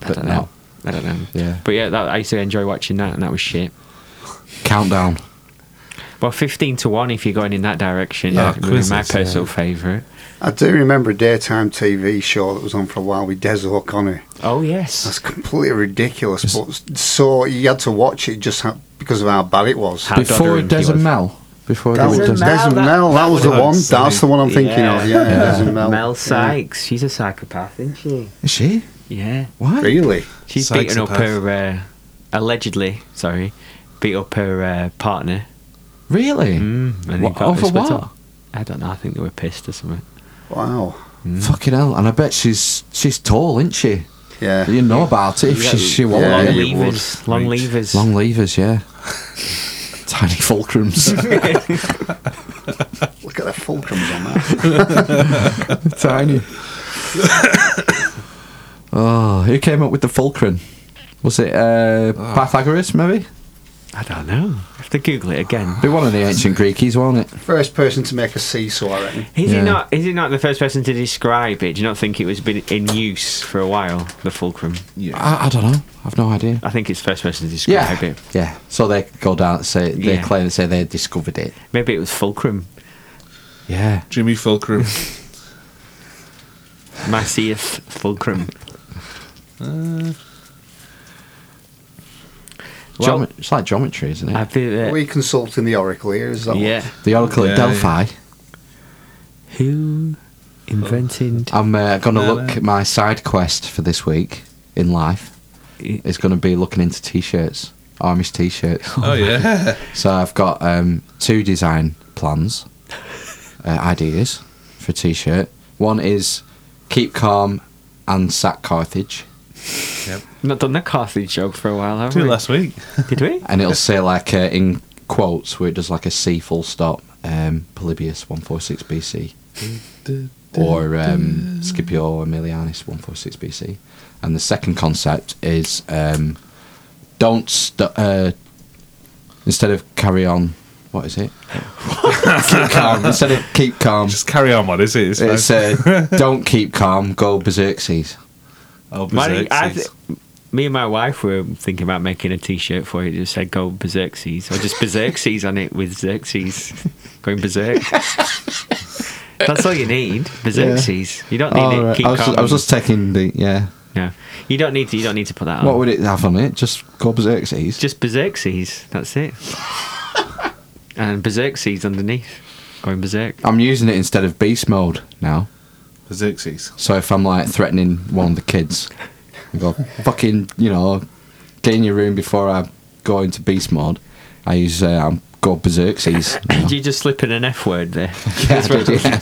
S1: I don't know.
S2: no.
S1: I don't know.
S2: Yeah.
S1: But yeah, that, I used to enjoy watching that, and that was shit.
S2: Countdown.
S1: Well, fifteen to one if you're going in that direction. Yeah,
S4: Yeah,
S1: would be my
S4: quizzes,
S1: personal favourite.
S3: I do remember a daytime TV show that was on for a while with Des O'Connor.
S1: Oh yes.
S3: That's completely ridiculous, but so you had to watch it just ha- because of how bad it was.
S1: How-
S2: Before
S1: Dodderum, he
S2: Des and
S1: was.
S2: Mel. Before
S3: That
S2: Des
S1: Desmond
S2: and
S3: was
S1: Mel,
S3: Desmond
S1: that-
S3: Mel. That was the
S4: that
S3: one.
S4: was
S3: That's the one I'm thinking of. Yeah, Desmond Mel.
S1: Mel
S3: Yeah.
S1: Sykes. She's a psychopath, isn't she?
S2: Is she?
S1: Yeah.
S2: What?
S3: Really?
S1: She's beaten up her uh, allegedly. Sorry, beat up her uh, partner.
S2: Really?
S1: Mm, and
S2: What-
S1: they got her
S2: over
S1: split
S2: what?
S1: up. I don't know. I think they were pissed or something.
S3: Wow.
S1: Mm-hmm.
S2: Fucking hell! And I bet she's she's tall, isn't she?
S3: Yeah.
S2: You know about it if she she won't.
S3: Yeah,
S1: long
S3: it
S2: yeah.
S1: levers. Long levers.
S2: Long levers, yeah. Tiny fulcrums.
S3: Look at the fulcrums on that.
S2: Tiny. oh, who came up with the fulcrum? Was it uh, Pythagoras? Maybe.
S1: I don't know. I have to Google it again.
S2: Be one of the ancient Greekies, wasn't it?
S3: First person to make a seesaw, I reckon.
S1: Is
S2: Yeah.
S1: he not? Is he not the first person to describe it? Do you not think it was been in use for a while? The fulcrum.
S4: Yeah.
S2: I, I don't know. I've no idea.
S1: I think it's first person to
S2: Yeah,
S1: describe it.
S2: yeah. So they go down and say they
S1: Yeah.
S2: claim and say they discovered it.
S1: Maybe it was fulcrum.
S2: Yeah.
S4: Jimmy Fulcrum.
S1: Massieth fulcrum. Uh, well,
S2: Geome- it's like geometry, isn't it?
S1: I think
S3: Are
S1: that,
S3: we consulting the oracle here? Is that what-
S1: yeah.
S2: the Oracle
S4: Yeah.
S2: at Delphi.
S1: Who invented?
S2: I'm uh, going to
S4: No,
S2: look
S4: no.
S2: at my side quest for this week in life. It's going to be looking into t-shirts, Amish t-shirts.
S4: oh yeah.
S2: so I've got um, two design plans, uh, ideas for t-shirt. One is keep calm and sack Carthage,
S1: Not done the Carthage joke for a while, have
S4: Did it
S1: we?
S4: last week.
S1: Did we?
S2: and it'll say like uh, in quotes where it does like a C full stop, um, Polybius 146 BC. or um, Scipio Aemilianus 146 BC. And the second concept is um, don't st- uh, instead of carry on. What is it? keep calm. Instead of keep calm,
S4: Just carry on. What is it? It's,
S2: it's
S4: like-
S2: uh, don't keep calm. Go berserksies.
S4: oh,
S1: My, I
S4: Berserksies.
S1: th- me and my wife were thinking about making a T-shirt for it. It just said "Go Berserksies" or just Berserksies on it with Xerxes going berserk. That's all you need, Berserksies. You don't need
S2: Oh,
S1: it.
S2: right.
S1: Keep
S2: I, was just,
S1: calm.
S2: I was just taking the yeah.
S1: no, you don't need to. You don't need to put that on.
S2: What would it have on it? Just go berserksies.
S1: just Berserksies. That's it. and Berserksies underneath, going berserk.
S2: I'm using it instead of beast mode now.
S4: Berserksies.
S2: So if I'm like threatening one of the kids, I go fucking you know, get in your room before I go into beast mode. I use uh, I'm go berserksies. now.
S1: Did you just slip in an F word there?
S2: Yeah, I did, yeah.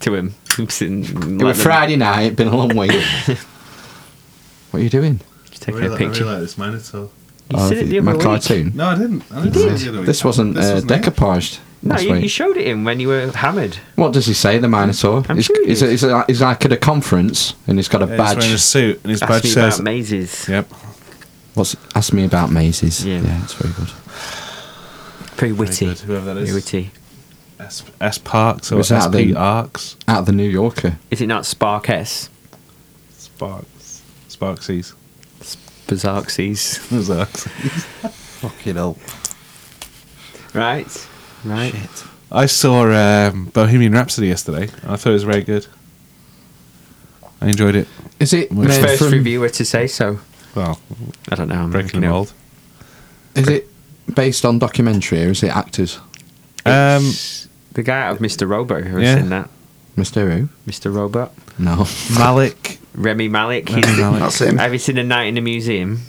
S1: to him. Oops, and
S2: It
S1: let
S2: was
S1: them-
S2: Friday night. It's been a long week. what are you doing?
S1: Just taking
S4: I
S1: a
S4: really, I
S1: picture.
S4: really like this Minotaur.
S1: You
S2: Oh,
S1: said it the
S2: my
S1: other week.
S2: cartoon.
S4: No, I didn't. I didn't see it the other week.
S2: This wasn't uh,
S4: it.
S2: decoupaged.
S1: No,
S2: last
S1: you,
S2: week.
S1: you showed it him when you were hammered.
S2: what does he say? The Minotaur.
S1: I'm
S2: He's-
S1: sure he
S2: he's,
S1: is.
S2: he's, he's like at a conference and he's got a
S4: Yeah, He's wearing a
S2: badge.
S4: suit, and his
S1: Asked
S4: badge
S1: me
S4: says.
S1: about mazes.
S4: Yep.
S2: What's ask me about mazes?
S1: Yeah.
S2: yeah, it's very good.
S1: Very witty.
S4: good, whoever that is.
S1: Very witty.
S4: S, S Parks or
S2: Was that
S4: SP
S2: the-
S4: Arcs.
S2: Out of the New Yorker.
S1: Is it not Spark S?
S4: Sparks. Sparksies.
S1: Berserksies.
S4: Berserksies.
S2: Fucking hell.
S1: Right. Right.
S4: I saw um, Bohemian Rhapsody yesterday. and I thought it was very good. I enjoyed it.
S2: Is it
S4: Which
S2: made
S1: First
S2: from-
S1: reviewer to say so.
S4: Well,
S1: I don't know. I'm
S4: breaking
S1: making
S4: the
S1: up.
S4: mold.
S2: Is it based on documentary or is it actors?
S4: Um,
S1: It's the guy out of Mr. Robot who was
S4: Yeah.
S1: in that.
S2: Mr. Who?
S1: Mr. Robot.
S2: No.
S4: Malik.
S1: Remy Malik.
S4: Rami
S1: he's the-
S4: Malek.
S3: That's him.
S1: Have you seen A Night in the Museum?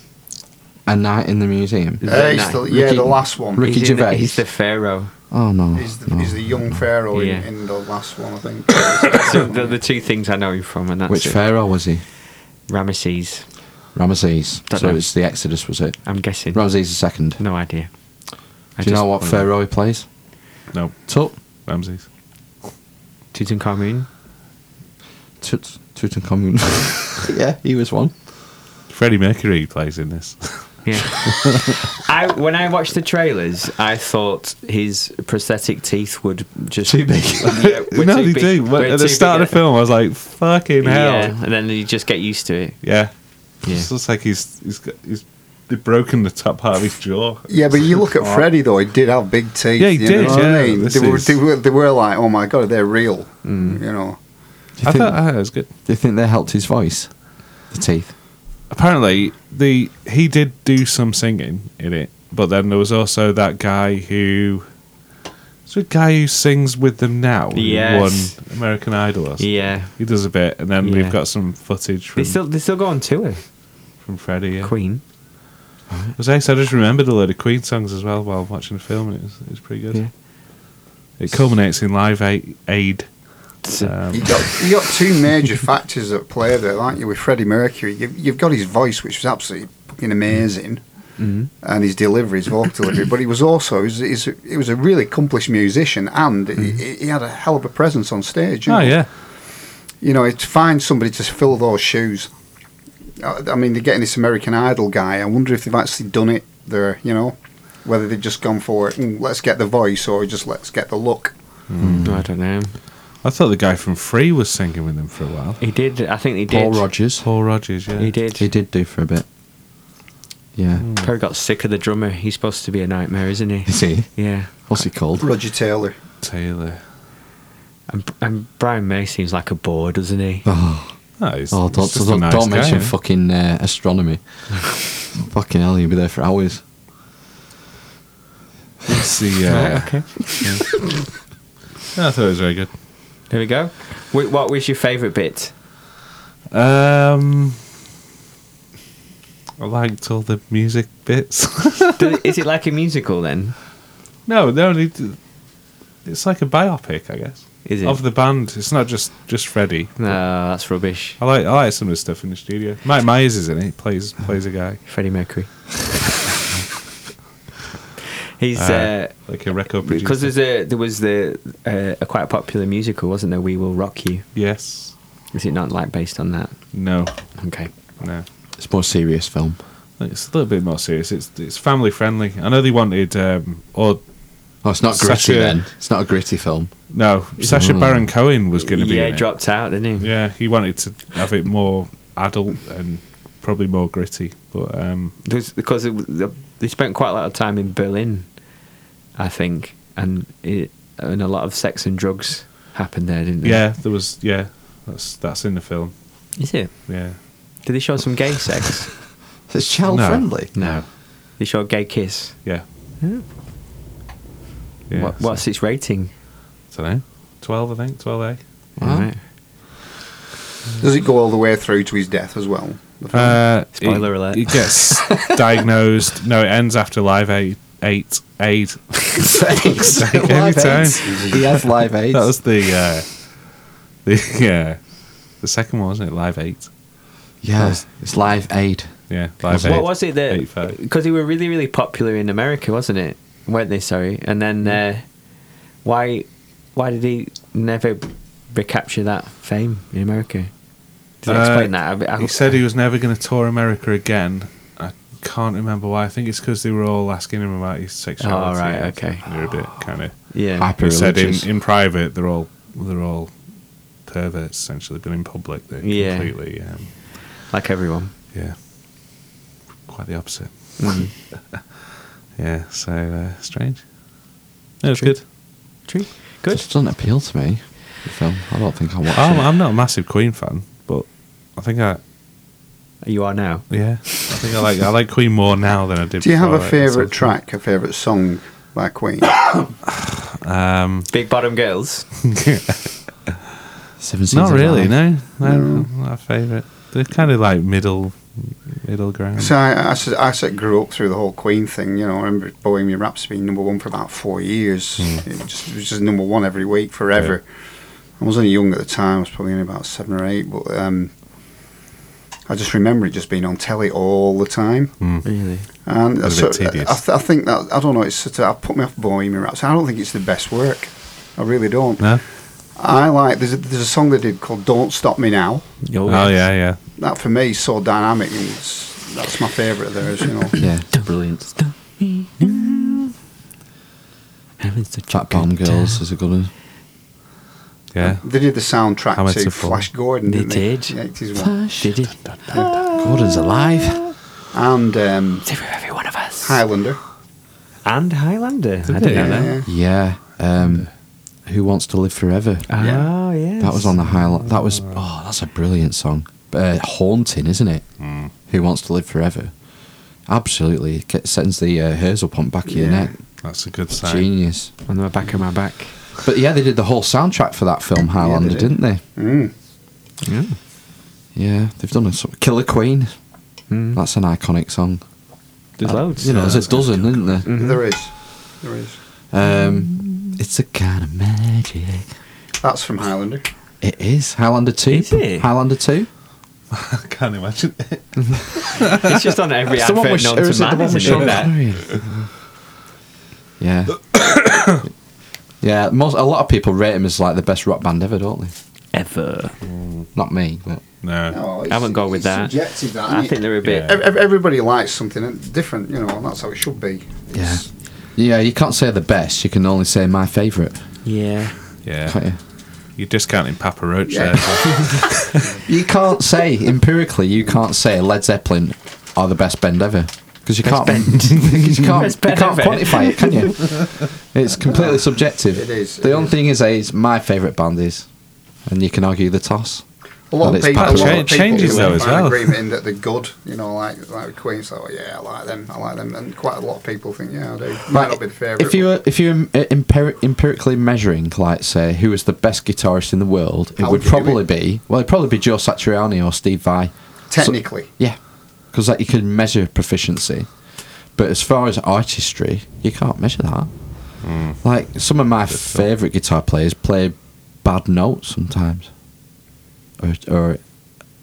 S2: A Night in the Museum.
S1: Is
S3: Uh,
S1: that
S3: he's
S1: nice?
S3: the, yeah,
S2: Ricky-
S3: the last one.
S2: Ricky-
S1: he's in the-
S2: Gervais.
S1: he's the Pharaoh.
S2: Oh no.
S3: He's the,
S2: no.
S3: he's the young pharaoh
S1: Yeah.
S3: in, in the last one, I think.
S1: So the, the two things I know him from, and that's
S2: Which
S1: it.
S2: pharaoh was he?
S1: Ramesses.
S2: Ramesses.
S1: Don't
S2: so
S1: know.
S2: it's the Exodus, was it?
S1: I'm guessing.
S2: Ramesses second.
S1: No idea. I
S2: Do you
S1: just-
S2: know what pharaoh he plays?
S4: No,
S2: Tut.
S4: Ramses.
S1: Tutankhamun.
S2: Tut. Tutankhamun. yeah, he was one.
S4: Freddie Mercury plays in this.
S1: Yeah. I when I watched the trailers, I thought his prosthetic teeth would just
S2: Too big.
S1: Yeah, we're
S4: no,
S1: too
S4: they
S1: big-
S4: do.
S1: we're
S4: At
S1: too
S4: the start
S1: big
S4: of the film, I was like, "Fucking hell!"
S1: Yeah, and then you just get used to it.
S4: Yeah.
S1: Yeah.
S4: It's just like he's he's got he's they've broken the top part of his jaw.
S3: Yeah, but you look at Freddy though; he did have big teeth.
S4: Oh. Yeah, he
S3: you
S4: did,
S3: Know what
S4: yeah,
S3: I mean?
S4: this
S3: they, were,
S4: is-
S3: they were they were like, oh my god, they're real. You know,
S2: Do you,
S4: I
S2: think,
S4: thought ah, it was good.
S2: do you think they helped his voice? The teeth.
S4: Apparently, the he did do some singing in it, but then there was also that guy who. It's a guy who sings with them now. who
S1: Yes.
S4: Won American Idol. Or something.
S1: Yeah.
S4: He does a bit, and then
S1: Yeah.
S4: we've got some footage
S1: They
S4: from,
S1: still they still go on tour.
S4: from Freddie. Yeah.
S1: Queen.
S4: It was nice. I just remembered a load of Queen songs as well while watching the film, and it was, it was pretty good.
S1: Yeah.
S4: It culminates in Live Aid. Aid.
S1: It's a-
S4: Um,
S3: you got you got two major factors at play there, aren't you? With Freddie Mercury, you, you've got his voice, which was absolutely fucking amazing,
S1: mhm.
S3: and his delivery, his vocal delivery. But he was also he's, he's, he was a really accomplished musician, and he, he had a hell of a presence on stage. you
S4: Mm-hmm. oh
S3: know?
S4: yeah.
S3: you know, to find somebody to fill those shoes. Uh, I I mean, they're getting this American Idol guy. I wonder if they've actually done it there, you know, whether they've just gone for "Mm, let's get the voice or just let's get the look.
S1: Mm.
S4: Mm.
S1: I don't know.
S4: I thought the guy from Free was singing with them for a while.
S1: He did. I think he did.
S2: Paul Rogers.
S4: Paul Rogers, yeah.
S1: He did.
S2: He did do for a bit. Yeah.
S1: Probably got sick of the drummer. He's supposed to be a nightmare, isn't he?
S2: Is he?
S1: Yeah.
S2: What's he called?
S3: Roger Taylor.
S4: Taylor.
S1: And, and Brian May seems like a bore, doesn't he?
S2: Oh,
S4: Oh, he's,
S2: oh, don't,
S4: he's just a
S2: don't,
S4: nice
S2: don't
S4: guy,
S2: mention
S4: eh?
S2: fucking uh, astronomy. fucking hell, you'll be there for hours.
S4: It's the, uh,
S1: Okay.
S4: yeah, I thought it was very good.
S1: There we go. Wh- What was your favourite bit?
S4: Um, I liked all the music bits.
S1: Do- Is it like a musical then?
S4: no, no, they d- it's like a biopic, I guess.
S1: Is it?
S4: Of the band. It's not just, just Freddie.
S1: No, that's rubbish.
S4: I like I like some of the stuff in the studio. Mike Myers is in it. He plays plays a guy
S1: Freddie Mercury. He's
S4: Uh,
S1: uh,
S4: like a record producer.
S1: because there's a there was the uh, a quite popular musical, wasn't there? We will rock you.
S4: yes,
S1: Is it not like based on that?
S4: no,
S1: Okay.
S4: no.
S2: It's more serious film.
S4: It's a little bit more serious. It's it's family friendly. I know they wanted um, or
S2: Oh, it's not
S4: Such
S2: gritty
S4: a-
S2: then. It's not a gritty film.
S4: no Sasha
S2: Mm.
S4: Baron Cohen was going to be
S1: Yeah,
S4: in it.
S1: dropped out, didn't he?
S4: Yeah, he wanted to have it more adult and probably more gritty. But um,
S1: There's- because it, the, they spent quite a lot of time in Berlin, I think, and it, and a lot of sex and drugs happened there, didn't they?
S4: yeah, there was yeah that's that's in the film.
S1: Is it?
S4: Yeah,
S1: Did they show some gay sex?
S2: It's
S1: Oh,
S2: child
S4: No.
S2: friendly.
S1: no. They show a gay kiss.
S4: yeah.
S1: Yeah.
S4: yeah
S1: what, what's its rating?
S4: I don't know. Twelve, I think. Twelve A.
S2: Wow.
S1: Right.
S3: Does it go all the way through to his death as well?
S4: Uh,
S1: Spoiler
S4: it-
S1: alert.
S4: It gets diagnosed. No, it ends after live eight, eight, eight.
S2: Thanks.
S4: Like any time.
S2: He has live aids.
S4: That was the uh, the uh, the second one, wasn't it? Live eight.
S2: yeah, it's live aid.
S4: Yeah, live eight.
S1: What was it
S4: Eight,
S1: that?
S4: five.
S1: Because they were really, really popular in America, wasn't it? Weren't they? Sorry. And then uh, why why did he never recapture that fame in America? Did he
S4: Uh,
S1: explain that? I- I-
S4: He said he was never going to tour America again. I can't remember why. I think it's because they were all asking him about his sexuality.
S1: Oh, right,
S4: I
S1: okay.
S4: think They're a bit kind of.
S1: Yeah.
S2: Happy
S4: He said in,
S2: religious.
S4: in private they're all they're all perverts essentially, but in public they're
S1: Yeah.
S4: completely um,
S1: Like everyone.
S4: yeah, quite the opposite. yeah, so uh, strange. No, it's good.
S1: True.
S2: It
S1: Good.
S2: just doesn't appeal to me. The film. I don't think I'll watch
S4: I'm,
S2: it.
S4: I'm not a massive Queen fan, but I think I
S1: You are now.
S4: yeah I think I like I like Queen more now than I did.
S3: Do you have
S4: before
S3: a
S4: I-
S3: favourite track, a favourite song by Queen?
S4: Um,
S1: Big bottom girls.
S2: Seven Seasons
S4: not
S2: of
S4: really.
S2: Life.
S4: No, no, not my favourite. They're kind of like middle middle ground.
S3: So I, I, said- I said grew up through the whole Queen thing. You know, I remember Bohemian Rhapsody being number one for about four years.
S4: Hmm.
S3: It, was just, it was just number one every week forever. I was only young at the time. I was probably only about seven or eight, but um, I just remember it just being on telly all the time.
S4: Hmm.
S1: Really.
S3: And
S4: Little
S3: so, I,
S4: bit tedious.
S3: th- I think that I don't know. It's sort of I put me off Bohemian Rhapsody. I don't think it's the best work. I really don't.
S4: No?
S3: I like there's a, there's a song they did called "Don't Stop Me Now."
S4: Oh yeah, yeah.
S3: That for me is so dynamic. And it's, That's my favourite of theirs, you know.
S2: Yeah.
S1: Brilliant. Having such a
S2: Chat Bomb
S1: good
S2: Girls
S1: time.
S2: is a good one.
S4: Yeah.
S3: They did the soundtrack
S4: Hammer
S3: to
S4: to Fall.
S3: Flash Gordon,
S1: They
S3: didn't they?
S1: did.
S3: The 80s one.
S1: Flash. They did.
S2: Gordon's alive.
S3: And um,
S1: It's every, every one of us.
S3: Highlander.
S1: and Highlander. I
S4: they?
S1: didn't know that.
S3: Yeah.
S2: Yeah. Um, Who Wants to Live Forever?
S1: Oh, yes.
S2: That was on the highlight. That was oh, that's a brilliant song. Uh, haunting, isn't it? Who wants to live forever? Absolutely, it gets- sends the uh, hairs up on back of your
S3: Yeah.
S2: neck.
S4: That's a good sign.
S2: Genius.
S1: on the back of my back.
S2: But yeah, they did the whole soundtrack for that film Highlander,
S3: did.
S2: didn't they?
S3: Mm.
S1: Yeah.
S2: Yeah, they've done a sort of Killer Queen.
S1: Mm.
S2: That's an iconic song.
S1: Hmm. There's
S2: Uh,
S1: loads.
S2: You know, there's a dozen, isn't there?
S3: There is. There is.
S2: Um, it's a kind of magic.
S3: That's from Highlander.
S2: It is Highlander Two.
S1: Is it?
S2: Highlander Two.
S4: I can't imagine it.
S1: It's just on every
S2: It's
S1: advert known
S2: or
S1: to
S2: is it the
S1: man,
S2: one with
S1: isn't
S2: Sean
S1: it?
S2: Connery? Yeah. yeah, most a lot of people rate him as like the best rock band ever, don't they?
S1: Ever.
S2: Not me, but
S4: No.
S3: No,
S1: I wouldn't go with that.
S3: Oh, Subjective, that.
S1: I think they're a bit.
S4: Yeah.
S3: Ev- ev- Everybody likes something different, you know, and that's how it should be.
S2: yeah. Yeah, you can't say the best, you can only say my favourite.
S1: Yeah.
S2: can't
S4: Yeah.
S2: you?
S4: You're discounting Papa Roach
S3: Yeah.
S4: there. so-
S2: You can't say empirically you can't say Led Zeppelin are the best band ever. Because you, can't, you can't,
S1: Best
S2: you
S1: band
S2: can't
S1: ever.
S2: quantify it, can you? It's completely subjective.
S3: It is,
S2: The
S3: it
S2: only
S3: is.
S2: thing is, is my favourite band is, and you can argue the toss.
S3: A lot
S2: But
S3: of
S2: it's
S3: people, a
S2: Papa
S3: lot of
S4: Roach. Changes
S3: people
S4: though as
S3: are in
S4: well.
S3: agreement in that they're good, you know, like like Queen. So yeah, I like them, I like them, and quite a lot of people think yeah, I do.
S2: Like,
S3: Might not be the favourite.
S2: If you
S3: but
S2: were, if you were empir- empirically measuring, like say, who was the best guitarist in the world, it
S3: How
S2: would
S3: would you do
S2: probably
S3: it?
S2: be well, it'd probably be Joe Satriani or Steve Vai.
S3: technically,
S2: Yeah, because like you can measure proficiency, but as far as artistry, you can't measure that.
S4: Hmm.
S2: Like some of my favorite guitar players play bad notes sometimes, or, or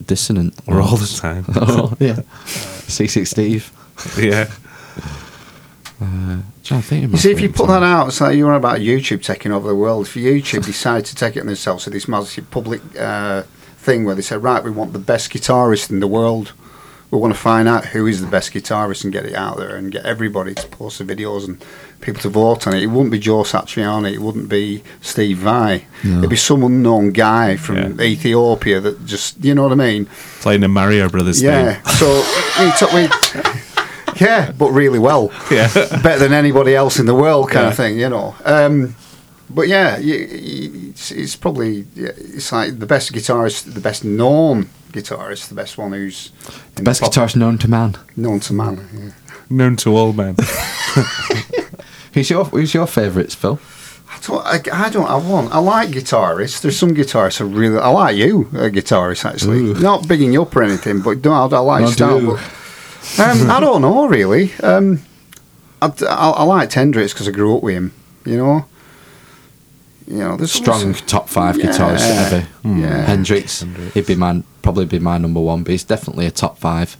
S2: dissonant,
S4: Or all the
S2: notes.
S4: time.
S2: Or- yeah, C Six Steve.
S4: yeah.
S2: Trying to think of my
S3: you see, if you
S2: favourite
S3: put
S2: guitar-
S3: that out, it's like you were about YouTube taking over the world. If YouTube decided to take it on themselves, so this massive public uh, thing where they said, right, we want the best guitarist in the world. We want to find out who is the best guitarist and get it out there and get everybody to post the videos and people to vote on it. It wouldn't be Joe Satriani. It wouldn't be Steve Vai.
S2: No.
S3: It'd be some unknown guy from
S4: Yeah.
S3: Ethiopia that just, you know what I mean?
S4: Playing the Mario Brothers
S3: Yeah. So he took me. Yeah, but really well.
S4: Yeah.
S3: Better than anybody else in the world, kind
S4: Yeah.
S3: of thing, you know. Um, but yeah, you, you, it's, it's probably yeah, it's like the best guitarist, the best known guitarist, the best one who's
S2: The best guitarist known to man.
S3: known to man. Yeah.
S4: thing. Known to all men.
S2: Who's your Who's your favourites, Phil?
S3: I don't, I, I don't. I want. I like guitarists. There's some guitarists I really. I like you, a guitarist actually.
S2: Ooh.
S3: Not bigging you up or anything, but no, I, I like
S2: No,
S3: your style.
S2: do.
S3: but- um, I don't know really. Um, I, I, I liked Hendrix because I grew up with him. You know. You know, there's
S2: Strong
S3: always-
S2: top five
S3: Yeah.
S2: guitarist ever.
S3: Yeah.
S2: Hendrix, he'd be my probably be my number one, but he's definitely a top five.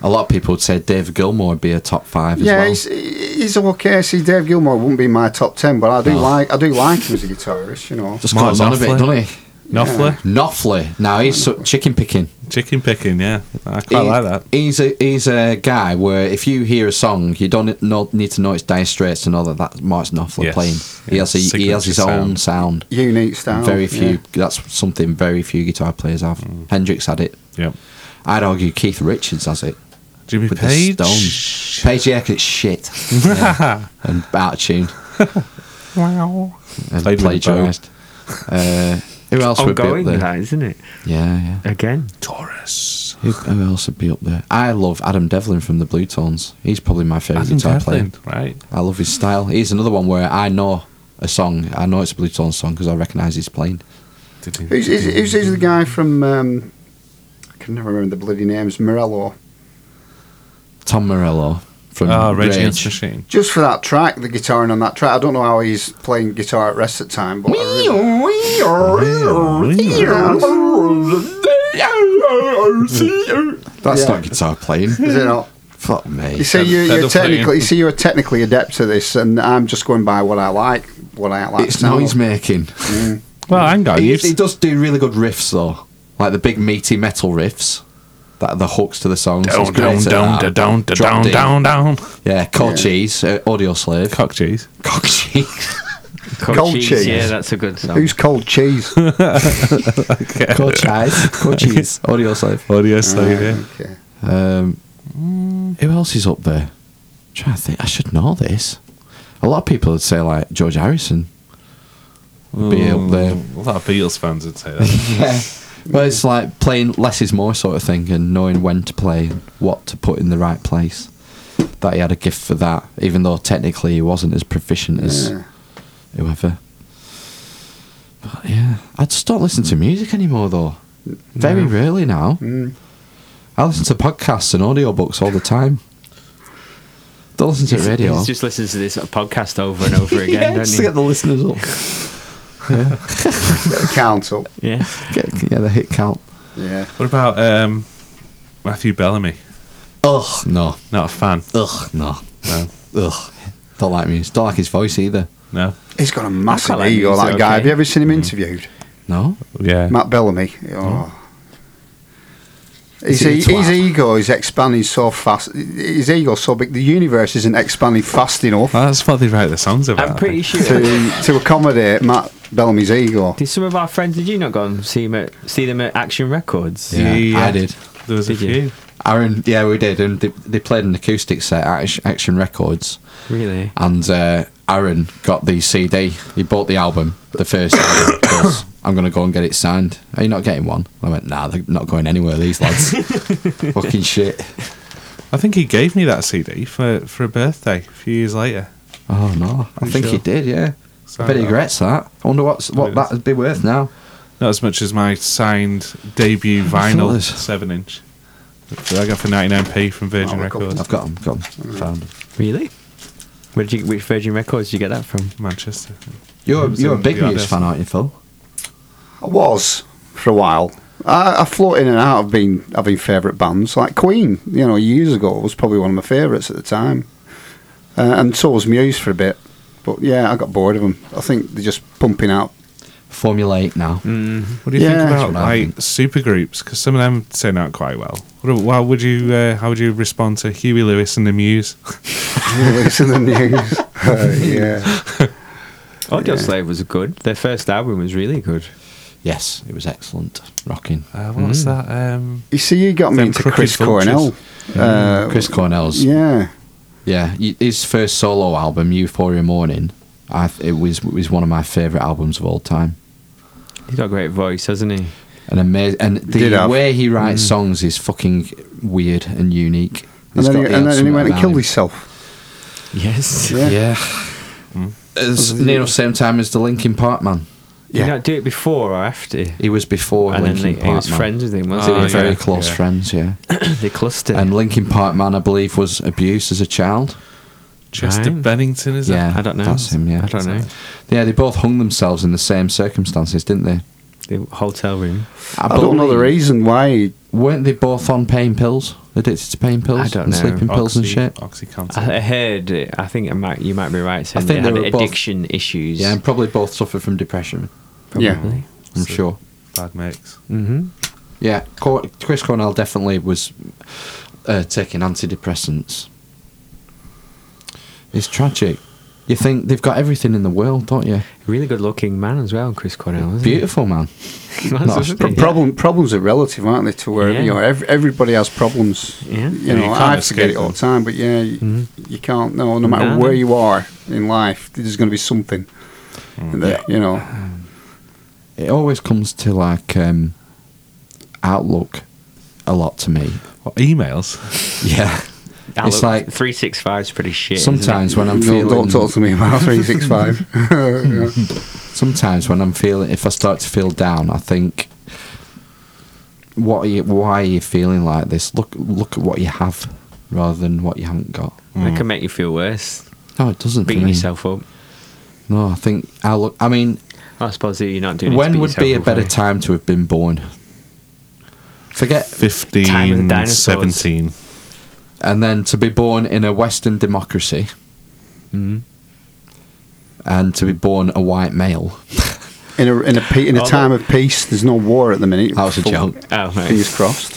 S2: A lot of people would say Dave Gilmore would be a top five as
S3: yeah,
S2: well.
S3: he's, he's okay. See, Dave Gilmore wouldn't be in my top ten, but I do
S2: No.
S3: like I do like him as a guitarist. You know.
S2: Just
S4: Mark
S2: goes on a bit,
S4: Knopfler.
S2: doesn't he?
S4: Knopfler.
S2: Knopfler. Now he's so, chicken picking.
S4: Chicken picking, yeah. I quite
S2: He-
S4: like that.
S2: He's a he's a guy where if you hear a song, you don't know, need to know it's Dire Straits to know that that's Mark Knopfler
S4: Yes.
S2: playing. He
S4: Yeah,
S2: has a, he has his
S4: signature
S2: own sound.
S3: Unique style.
S2: very few.
S3: yeah.
S2: That's something very few guitar players have. Hendrix had it.
S4: Yep.
S2: I'd argue Keith Richards has it.
S4: Jimmy
S2: with
S4: Page.
S2: the Stones. Page, yeah, 'cause it's shit and out of tune
S4: Wow.
S2: and
S4: Played with a bow.
S2: plagiarised. Uh, who else would be up
S1: Ongoing,
S2: there?
S1: that, isn't it?
S2: Yeah, yeah.
S1: Again.
S4: Taurus.
S2: Who, who else would be up there? I love Adam Devlin from the Blue Tones. He's probably my favourite
S4: Adam
S2: guitar
S4: Devlin,
S2: player.
S4: right?
S2: I love his style. He's another one where I know a song. I know it's a Blue Tones song because I recognise he's playing.
S4: Did he-
S3: Who's, who's, who's, who's the guy from? Um, I can never remember the bloody names. Morello.
S2: Tom Morello from
S4: Oh, Rage
S2: Rage.
S4: Against the Machine.
S3: Just for that track, the guitar on that track. I don't know how he's playing guitar at rest of the time, but I really-
S2: That's
S3: Yeah.
S2: not guitar playing.
S3: is it not?
S2: Fuck me.
S3: You see,
S4: Fed-
S3: you,
S4: fed
S3: you're
S4: up, aren't you?
S3: technically, you see, you're technically adept at this, and I'm just going by what I like, what I like.
S2: it's
S3: now.
S2: noise making.
S4: Well, hang on.
S2: He,
S4: You've,
S2: he does do really good riffs though, like the big meaty metal riffs. that the hooks to the songs. It's
S4: Down,
S2: great
S4: down,
S2: to
S4: down, da,
S2: that.
S4: down, da,
S2: Drop
S4: down,
S2: D.
S4: down, down.
S2: Yeah, Cold Cheese, uh, Audio Slave.
S4: Cock cheese.
S2: Cold Cheese.
S1: Cold,
S3: Cold
S1: cheese.
S3: cheese.
S1: Yeah, that's a good song.
S3: Who's cold cheese?
S2: Cold Cheese. Cold Cheese. Audio Slave.
S4: Audio slave, yeah.
S3: okay.
S2: Um, who else is up there? i trying to think. I should know this. A lot of people would say, like, George Harrison would be up there.
S4: A lot of Um, Beatles fans would say that.
S2: Yeah. But it's like playing less is more sort of thing and knowing when to play and what to put in the right place. That he had a gift for that, even though technically he wasn't as proficient as
S3: Yeah.
S2: whoever. But yeah, I just don't listen to music anymore though. Very rarely now. I listen to podcasts and audiobooks all the time. Don't listen to radio.
S1: He just listens to this podcast over and over
S2: yeah,
S1: again,
S2: just to
S1: don't
S2: get the listeners up.
S3: Get the count up.
S1: you? Yeah.
S2: Get- yeah, the hit count.
S3: Yeah.
S4: What about um, Matthew Bellamy?
S2: Ugh, no.
S4: Not a fan.
S2: Ugh, no.
S4: No.
S2: Ugh. Don't like music. Don't like his voice either.
S4: No.
S3: He's got a massive
S1: like
S3: ego,
S1: him, he's
S3: that guy.
S1: okay.
S3: Have you ever seen him interviewed?
S2: No.
S4: Yeah.
S3: Matt Bellamy. Oh. His, e-
S2: Is he a
S3: his
S2: twat?
S3: ego is expanding so fast. His ego's so big. The universe isn't expanding fast enough
S4: Well, that's what they write the songs about.
S1: I'm pretty sure.
S3: to, to accommodate Matt Bellamy's ego.
S1: Did some of our friends? Did you not go and see them at see them at Action Records?
S2: Yeah, I did.
S4: uh, There was
S1: Did
S4: a
S1: you?
S4: few.
S2: Aaron, yeah, we did, and they, they played an acoustic set at Ash- Action Records,
S1: Really?
S2: and uh, Aaron got the CD. He bought the album, the first album. because I'm gonna go and get it signed. Are you not getting one? I went, nah, they're not going anywhere. These lads, fucking shit.
S4: I think he gave me that CD for, for a birthday a few years later.
S2: Oh no, I
S4: You
S2: think he
S4: sure?
S2: did. Yeah,
S4: So-
S2: I bet he regrets that. I wonder what's what
S4: It is.
S2: that'd be worth now.
S4: Not as much as my signed debut
S2: I thought
S4: vinyl,
S2: this-
S4: seven inch. That I got for 99p from Virgin
S3: Oh, I got
S4: Records,
S2: I've got them, got
S4: Mm.
S2: 'em, found 'em.
S1: Really? Where did you? Which Virgin Records did you get that from?
S4: Manchester.
S2: You're
S4: It was
S2: you're a
S4: in
S2: big
S4: the
S2: news
S4: others.
S2: fan, aren't you, Phil?
S3: I was for a while. I, I float in and out of being having favourite bands like Queen. You know, years ago was probably one of my favourites at the time, uh, and so was Muse for a bit. But yeah, I got bored of them. I think they're just pumping out.
S2: Formulaic now.
S4: What do you
S3: Yeah.
S4: think
S3: That's
S4: about
S2: what I
S4: like supergroups? Because some of them turn out quite well. What, ab- how would you uh, how would you respond to Huey Lewis and the Muse?
S3: It's in the news. Uh, yeah,
S1: Audio Oh, Slave was good. Their first album was really good.
S2: Yes, it was excellent, rocking.
S4: Uh,
S3: Hmm.
S4: what's that? Um,
S3: you see, you got me
S4: Them
S3: into
S4: crooked
S3: Chris
S4: vultures.
S3: Cornell. Uh,
S2: Chris Cornell's
S3: Yeah,
S2: Yeah, y- his first solo album, Euphoria Morning, I th- it was was one of my favorite albums of all time.
S1: He's got a great voice, hasn't he?
S2: An amazing and the
S3: did have-
S2: way he
S1: Mm.
S2: writes songs is fucking weird and unique.
S3: and
S2: He's
S3: then, he,
S2: got the
S3: and
S2: odd
S3: then he
S2: something
S3: went and
S2: about
S3: killed
S2: him.
S3: himself.
S1: Yes.
S3: Yeah.
S2: Yeah,
S1: Mm.
S2: It's near the same time as the Linkin Park man.
S1: Did
S3: Yeah.
S1: you not do it before or after?
S2: He was before
S1: and then
S2: Linkin
S1: they,
S2: Park
S1: he was
S2: man.
S1: friends with him,
S2: They
S1: wasn't
S2: were
S4: Oh,
S1: he?
S2: very
S4: yeah,
S2: close
S4: yeah.
S2: friends. Yeah,
S1: They clustered.
S2: and Linkin Park man, I believe, was abused as a child.
S4: Chester
S1: Right.
S4: Bennington is
S2: yeah,
S4: it?
S1: I don't know.
S2: That's him. Yeah,
S1: I don't know.
S2: Yeah, they both hung themselves in the same circumstances, didn't they?
S1: the hotel room.
S3: I don't know the
S2: believe-
S3: reason why. he-
S2: Weren't they both on pain pills? Addicted to pain pills?
S1: I don't
S2: and
S1: know.
S2: Sleeping pills and shit?
S4: Oxycontin.
S3: Uh,
S1: I I
S3: eh.
S1: heard. it. I think I might. You might be right. Saying
S2: I
S1: I think
S2: think they
S1: they,
S2: were
S1: had
S2: both-
S1: addiction issues.
S2: Yeah, and probably both suffer from depression,
S3: Yeah,
S2: I'm
S4: So-
S2: sure.
S4: Bad mix.
S1: Mm-hmm.
S2: Yeah, Cor- Chris Cornell definitely was uh, taking antidepressants. It's tragic. You think they've got everything in the world, don't you?
S1: Really good looking man as well, Chris Cornell. Isn't
S2: Beautiful, man.
S1: He?
S2: No,
S1: That's
S2: pro-
S1: what-
S3: Problem problems are relative, aren't they? To where
S1: Yeah.
S3: you know ev everybody has problems.
S1: Yeah.
S3: You
S4: Yeah,
S3: know,
S4: you can't
S3: I forget
S4: escape
S3: it all
S4: them.
S3: the time, but yeah, you, you can't. No, no matter
S1: No.
S3: where you are in life, there's going to be something. That, You know,
S2: It always comes to like um, outlook a lot to me.
S4: What emails?
S2: Yeah.
S1: Ah,
S2: it's
S1: look,
S2: like
S1: 365 is pretty shit. isn't it?
S2: sometimes when I'm feeling.
S3: don't, don't talk to me about three six five.
S2: sometimes when I'm feeling, if I start to feel down, I think, what are you, why are you feeling like this? Look, look at what you have rather than what you haven't got.
S1: That can make you feel worse.
S2: No, it doesn't. for
S1: Beating
S3: Mm.
S2: me.
S1: yourself up.
S2: No, I think I look. I mean,
S1: I suppose that you're not doing. it to
S2: when
S1: beat
S2: would be a
S1: yourself up,
S2: better
S1: eh?
S2: time to have been born? Forget,
S1: Time of the
S4: 15,
S1: dinosaurs.
S4: 17.
S2: and then to be born in a Western democracy,
S1: Mm-hmm.
S2: and to be born a white male.
S3: in a in a pe- in a
S1: Oh,
S3: time of peace, there's no war at the minute.
S2: That was a
S3: Full-
S2: joke.
S1: Oh, right.
S3: Fingers crossed.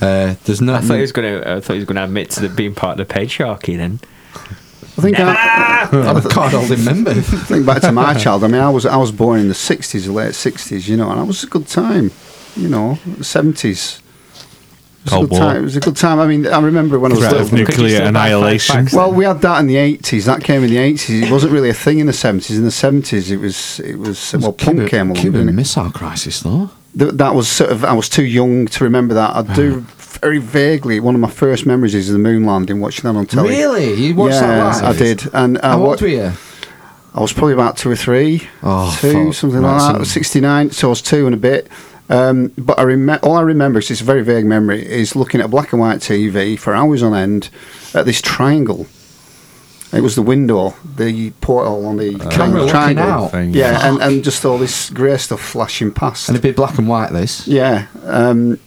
S2: Uh, there's no.
S1: I thought he was going to. I thought he was going to admit to the, being part of the patriarchy. Then
S3: I think I,
S2: I'm a card holding member.
S3: think back to my child. I mean, I was I was born in the '60s, late '60s, you know, and it was a good time. You know, '70s. It was a good
S4: Cold War.
S3: time. It was a good time. I mean, I remember when I was
S4: Threat
S3: little.
S4: of nuclear annihilation.
S3: Well, we had that in the eighties. That came in the eighties. It wasn't really a thing in the seventies. In the seventies, it was it was well, punk
S2: Cuban,
S3: came along.
S2: Cuban
S3: didn't it?
S2: Missile Crisis, though.
S3: Th- that was sort of I was too young to remember that. I
S2: Uh-huh.
S3: do very vaguely. One of my first memories is the moon landing, watching that on telly.
S2: Really? You watched
S3: yeah,
S2: that live?
S3: I did. And I,
S2: How
S3: wa-
S2: old were you?
S3: I was probably about two or three, two
S2: Oh, fuck.
S3: something
S2: Right,
S3: like that.
S2: some-
S3: I was sixty nine, so I was two and a bit. Um, but I remember all I remember 'cause it's a very vague memory is looking at a black and white TV for hours on end at this triangle. It was the window, the porthole on the
S2: Uh, camera looking
S3: triangle.
S2: out.
S4: Thing.
S3: Yeah, and, and just all this grey stuff flashing past.
S2: And it'd be black and white, this.
S3: Yeah. Um,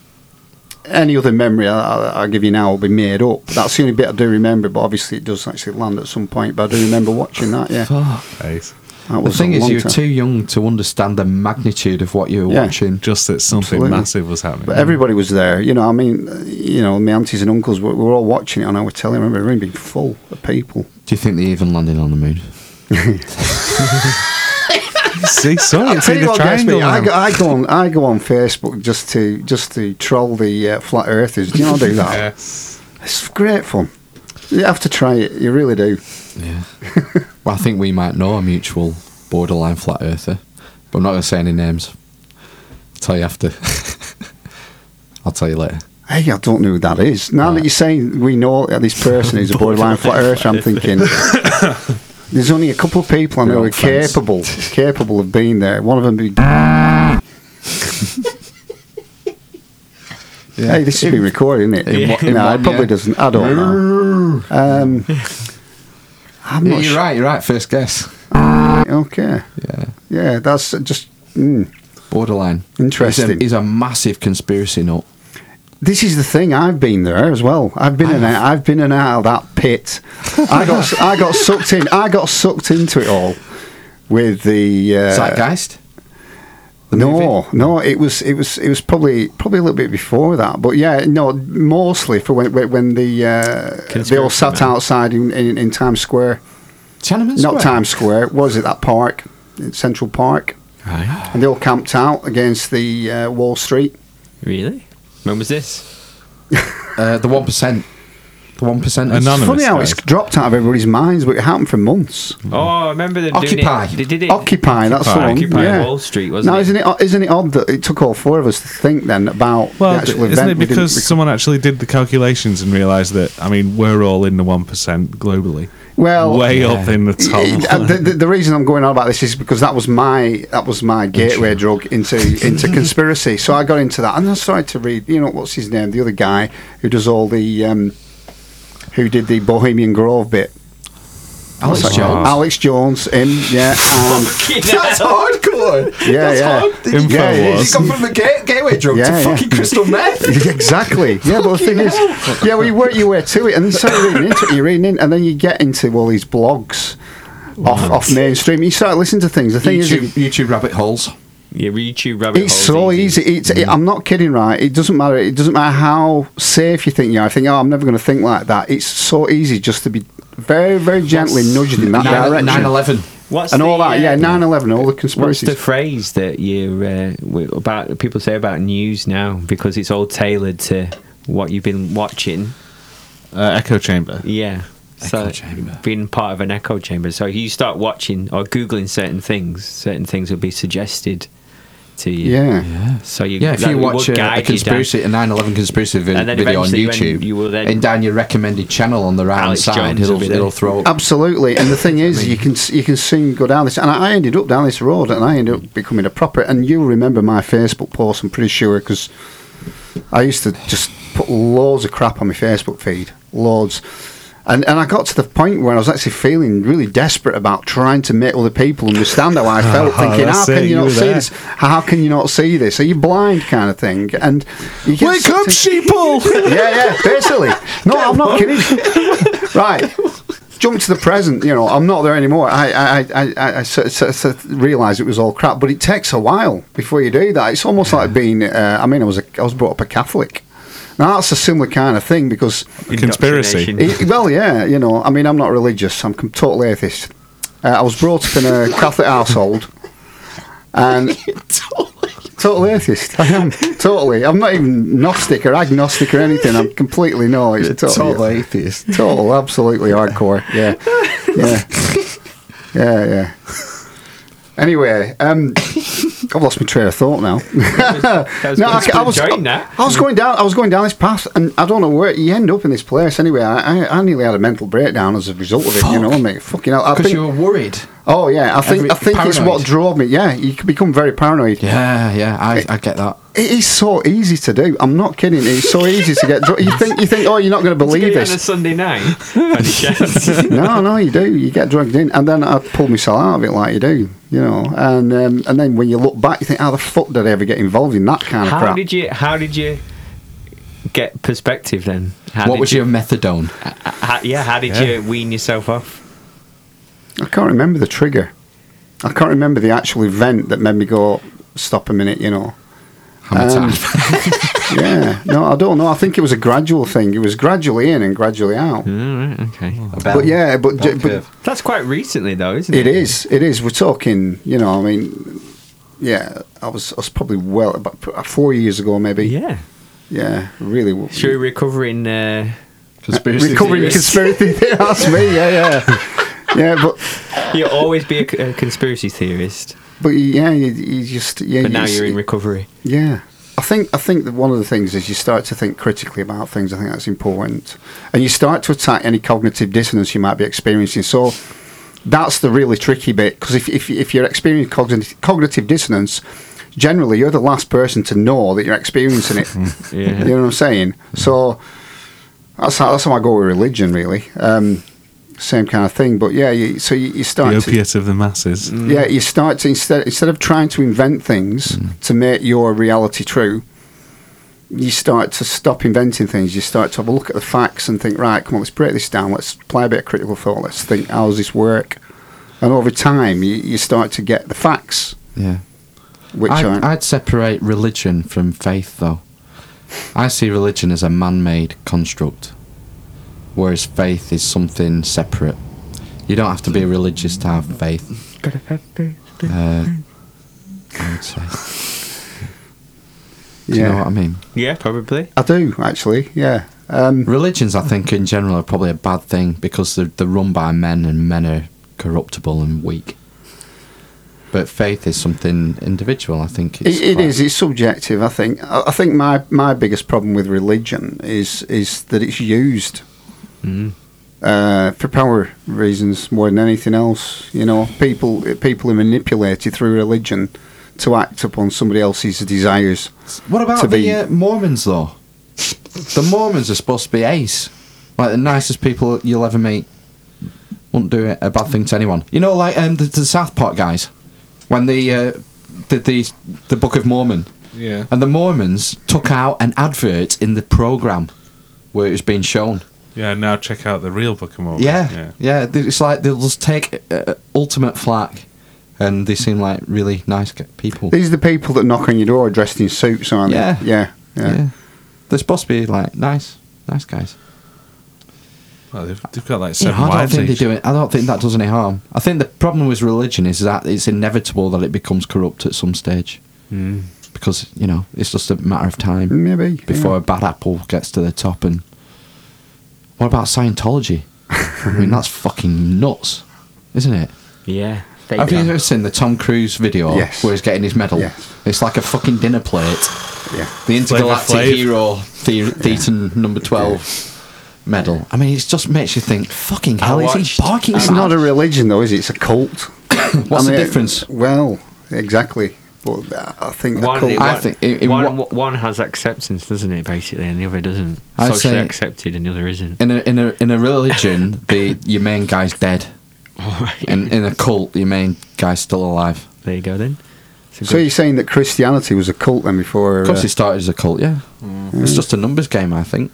S3: any other memory I, I, I give you now will be made up. That's the only bit I do remember, but obviously it does actually land at some point. But I do remember watching that. Yeah,
S2: Fuck.
S4: Face.
S3: that
S2: The
S3: was a
S2: thing is,
S3: long
S2: you were
S3: time.
S2: too young to understand the magnitude of what you were
S3: Yeah.
S2: watching.
S4: Just that something
S3: Absolutely.
S4: massive was happening.
S3: But everybody was there. You know, I mean, uh, you know, my aunties and uncles were, were all watching it on our telly. I remember the room being full of people.
S2: Do you think they even landed on the moon?
S4: See, sorry,
S3: I'll
S4: it's
S3: tell
S4: in
S3: you
S4: the
S3: what gets
S4: triangle.
S3: me. I
S4: now.
S3: go, I go on, I go on Facebook just to just to troll the uh, flat earthers. Do you know I do that?
S4: Yes.
S3: It's great fun. You have to try it. You really do.
S2: Yeah. well, I think we might know a mutual borderline flat earther, but I'm not going to say any names. tell you after. I'll tell you later.
S3: Hey, I don't know who that is. Now that you're saying we know that this person is a borderline flat earther, I'm thinking there's only a couple of people I
S2: They're
S3: know
S2: all
S3: are
S2: friends.
S3: capable capable of being there. One of them be Hey, this has been recorded, isn't it?
S2: In what- in
S3: no,
S2: one,
S3: it probably
S2: yeah.
S3: doesn't. I don't know. Um, I'm
S2: Yeah,
S3: not
S2: you're
S3: sure.
S2: right, you're right. First guess.
S3: Okay.
S2: Yeah.
S3: Yeah, that's just. Mm.
S2: Borderline.
S3: Interesting.
S2: He's a, he's a massive conspiracy nut.
S3: This is the thing. I've been there as well. I've been in. and out- I've been in and out of that pit. I got. I got sucked in. I got sucked into it all with the. Uh,
S2: Zeitgeist? The
S3: no,
S2: movie?
S3: no, it was it was it was probably probably a little bit before that, but yeah, no, mostly for when when- when the uh, they all
S1: Conspiracy
S3: sat
S1: man.
S3: outside in, in, in Times Square,
S2: Tiananmen
S3: not Times Square, what was it that park, Central Park,
S2: Right.
S3: and they all camped out against the uh, Wall Street.
S1: really? When was this?
S2: Uh, the 1%. The 1%. is-
S4: Anonymous.
S3: Funny how it's
S4: guys.
S3: dropped out of everybody's minds, but it happened for months.
S1: Oh, I remember them
S2: Occupy.
S1: doing it. They did it.
S3: Mm. Occupy, that's the
S4: Occupy.
S3: one.
S1: Occupy
S3: yeah.
S1: Wall Street, wasn't
S3: now,
S1: it?
S3: isn't it o- isn't it odd that it took all four of us to think then about
S4: Well,
S3: the actual
S4: isn't
S3: event?
S4: it
S3: we didn't
S4: because
S3: rec-
S4: someone actually did the calculations and realised that, I mean, we're all in the 1% globally.
S3: well,
S4: Way up in the top.
S3: Uh, the, the, the reason I'm going on about this is because that was my that was my gateway drug into into conspiracy. So I got into that, and I started to read. You know what's his name? The other guy who does all the um, who did the Bohemian Grove bit.
S2: Alex
S3: What's that
S2: Jones.
S3: called? Alex Jones. Him. Yeah. Um,
S2: That's hardcore.
S3: Yeah, yeah.
S4: Info
S3: Yeah, it is.
S4: wars.
S2: He's gone from the ga- gateway drug
S3: Yeah,
S2: to
S3: yeah.
S2: fucking crystal meth.
S3: exactly. Yeah, but the thing is, yeah, well, you work your way to it, and you start reading into it, you're reading in, and then you get into all these blogs off, off mainstream. You start listening to things. The thing is, it-
S2: YouTube, YouTube rabbit holes.
S1: Your YouTube rabbit
S3: It's so
S1: hole's
S3: easy. It's, it, I'm not kidding, right? It doesn't matter. It doesn't matter how safe you think you are. I think, oh, I'm never going to think like that. It's so easy just to be very, very gently nudged in that
S2: Nine-
S3: direction.
S2: 9-11.
S1: What's
S3: and all
S1: the,
S3: that. Yeah,
S1: uh,
S3: 9 11, all the
S1: What's
S3: conspiracies.
S1: the phrase that you uh, w- about people say about news now because it's all tailored to what you've been watching?
S4: uh, echo chamber.
S1: Yeah,
S2: Echo chamber.
S1: being part of an echo chamber. So you start watching or googling certain things. Certain things will be suggested to you.
S3: yeah.
S1: So you
S2: Yeah, if
S1: that
S2: you
S1: would
S2: watch a, a
S1: guide you down-
S2: conspiracy, a 9/11 conspiracy vi-
S1: And then
S2: video on
S1: eventually when
S2: YouTube,
S1: you will then-
S2: and down your recommended channel on the right hand
S1: Alex
S2: side,
S1: Jones will
S2: it'll,
S1: be there.
S2: it'll throw. up-
S3: Absolutely, and the thing is, you can you can soon go down this, and I ended up down this road, and I ended up becoming a proper. And you remember my Facebook post? I'm pretty sure because I used to just put loads of crap on my Facebook feed, loads, and and I got to the point where I was actually feeling really desperate about trying to make other people understand how I felt,
S4: Ah,
S3: thinking, how
S4: that's
S3: can
S4: it,
S3: you
S4: you
S3: not
S4: were
S3: see
S4: there."
S3: this? How can you not see this? Are you blind, kind of thing? And you get
S4: Wake up,
S3: sucked in-
S4: sheeple!
S3: yeah, yeah, basically. No, I'm not kidding. right. Jump to the present, you know. I'm not there anymore. I, I, I, I, I realize it was all crap, but it takes a while before you do that. It's almost like being. Uh, I mean, I was a, I was brought up a Catholic, Now that's a similar kind of thing because
S4: Conspiracy.
S1: Indoctrination.
S3: Eh, well, yeah, you know, I mean, I'm not religious. I'm com- totally atheist. Uh, I was brought up in a Catholic household, and totally atheist. I am totally. I'm not even gnostic or agnostic or anything. I'm completely no. It's totally,
S2: Totally atheist.
S3: total, absolutely hardcore. Yeah, yeah, yeah, yeah. Anyway, um, I've lost my train of thought now.
S1: That was
S3: No,
S1: good.
S3: I, I was
S1: enjoying that.
S3: I was going down. I was going down this path, and I don't know where you end up in this place. Anyway, I, I, I nearly had a mental breakdown as a result of it. You know, mate. Fucking hell. I
S2: Because
S3: think,
S2: you were worried.
S3: oh yeah, I think
S2: every-
S3: I think it's
S2: paranoid.
S3: what drove me. Yeah, you can become very paranoid.
S2: Yeah, yeah, I, I get that.
S3: It is so easy to do. I'm not kidding. It's so easy to get. Dr- you think you think oh you're not going to
S1: Did you
S3: believe
S1: get it on a
S3: this.
S1: Sunday night. By any chance?
S3: No, no, you do. You get drugged in, and then I pulled myself out of it like you do. You know, and um, and then when you look back, you think, how the fuck did I ever get involved in that kind of
S1: how
S3: crap?
S1: did you? How did you get perspective then? How
S2: what
S1: did
S2: was your methodone?
S1: How, yeah, how did
S4: Yeah.
S1: you wean yourself off?
S3: I can't remember the trigger. I can't remember the actual event that made me go, stop a minute, you know.
S2: Hammer
S3: Um,
S2: time.
S3: Yeah. no, I don't know. I think it was a gradual thing. It was gradually in and gradually out.
S1: Alright, okay.
S2: Oh.
S3: But yeah, but, j- but
S1: That's quite recently though, isn't
S3: it
S1: it?
S3: is. It is. We're talking, you know, I mean, yeah, I was, I was probably well, about p- four years ago maybe.
S1: Yeah.
S3: Yeah, really. w-
S1: Sure, recovering. Uh,
S2: Conspiracy
S3: Recovering
S2: theorist.
S3: conspiracy theory. That's me, yeah, yeah. Yeah, but
S1: you'll always be a, c- a conspiracy theorist,
S3: but yeah, you, you just yeah.
S1: but
S3: you
S1: now
S3: just-
S1: you're in recovery.
S3: Yeah. I think I think that one of the things is you start to think critically about things. I think that's important, and you start to attack any cognitive dissonance you might be experiencing. So that's the really tricky bit because if, if if you're experiencing cognitive, cognitive dissonance, generally you're the last person to know that you're experiencing it.
S1: Yeah.
S3: You know what I'm saying? So that's how, that's how I go with religion, really. Um, same kind of thing, but yeah. You, so you, you
S4: The
S3: start to
S4: opiate of the masses.
S2: Mm.
S3: yeah, you start to instead instead of trying to invent things
S2: Mm.
S3: to make your reality true, you start to stop inventing things. You start to have a look at the facts and think, right, come on, let's break this down. Let's apply a bit of critical thought. Let's think, how does this work? And over time, you, you start to get the facts,
S2: Yeah.
S3: which
S2: I'd,
S3: are
S2: I'd separate religion from faith, though. I see religion as a man made construct, whereas faith is something separate. You don't have to be religious to have faith. Uh, I would say. Do you know what I mean?
S1: Yeah, probably.
S3: I do actually. Yeah, um,
S2: Religions, I think, in general, are probably a bad thing because they're, they're run by men and men are corruptible and weak. But faith is something individual. I think it's
S3: it, it
S2: quite-
S3: is. It's subjective. I think. I, I think my my biggest problem with religion is is that it's used
S1: Mm.
S3: uh, for power reasons more than anything else. You know, people people are manipulated through religion to act upon somebody else's desires.
S2: What about
S3: to
S2: the
S3: be-
S2: uh, Mormons though? The Mormons are supposed to be ace, like the nicest people you'll ever meet. Won't do a bad thing to anyone. You know, like um, the, the South Park guys when they uh, did the the Book of Mormon,
S4: Yeah.
S2: and the Mormons took out an advert in the program where it was being shown.
S4: Yeah, now check out the real Book of Mormon.
S2: Yeah, yeah. th- it's like they'll just take uh, ultimate flack, and they seem like really nice g- people.
S3: These are the people that knock on your door dressed in suits, aren't
S2: Yeah.
S3: they? Yeah, yeah,
S2: yeah, they're supposed to be like nice, nice guys.
S4: Well, they've, they've got like
S2: Yeah,
S4: seven
S2: I don't
S4: wives
S2: think they
S4: each.
S2: do it. I don't think that does any harm. I think the problem with religion is that it's inevitable that it becomes corrupt at some stage
S1: Mm.
S2: because you know it's just a matter of time
S3: Maybe
S2: before a bad apple gets to the top. And what about Scientology? I mean, that's fucking nuts, isn't it?
S1: Yeah. They
S2: Have you
S1: can.
S2: ever seen the Tom Cruise video
S3: Yes.
S2: where he's getting his medal?
S3: Yes.
S2: It's like a fucking dinner plate.
S3: Yeah. yeah.
S2: The
S4: Flavor
S2: intergalactic
S4: Flav.
S2: hero, the Thetan number twelve medal. I mean, it just makes you think. Fucking hell, is
S1: watched-
S2: he barking?
S3: It's
S2: mad?
S3: not a religion though, is it? It's a cult.
S2: What's
S3: I
S2: the
S3: mean,
S2: difference?
S3: Well, exactly. But I- I think a
S1: One,
S3: cult.
S1: it-
S2: I
S1: one-
S2: think in- in
S1: one,
S2: what-
S1: one has acceptance, doesn't it? Basically, and the other doesn't.
S2: I'd
S1: Socially
S2: say-
S1: accepted, and the other isn't.
S2: In a in a in a religion, the your main guy's dead, and in a cult, your main guy's still alive.
S1: there you go then. It's a
S3: so
S1: good-
S3: you're saying that Christianity was a cult then before? uh,
S2: Of course, it started as a cult. Yeah,
S3: Mm-hmm.
S2: it's just a numbers game, I think,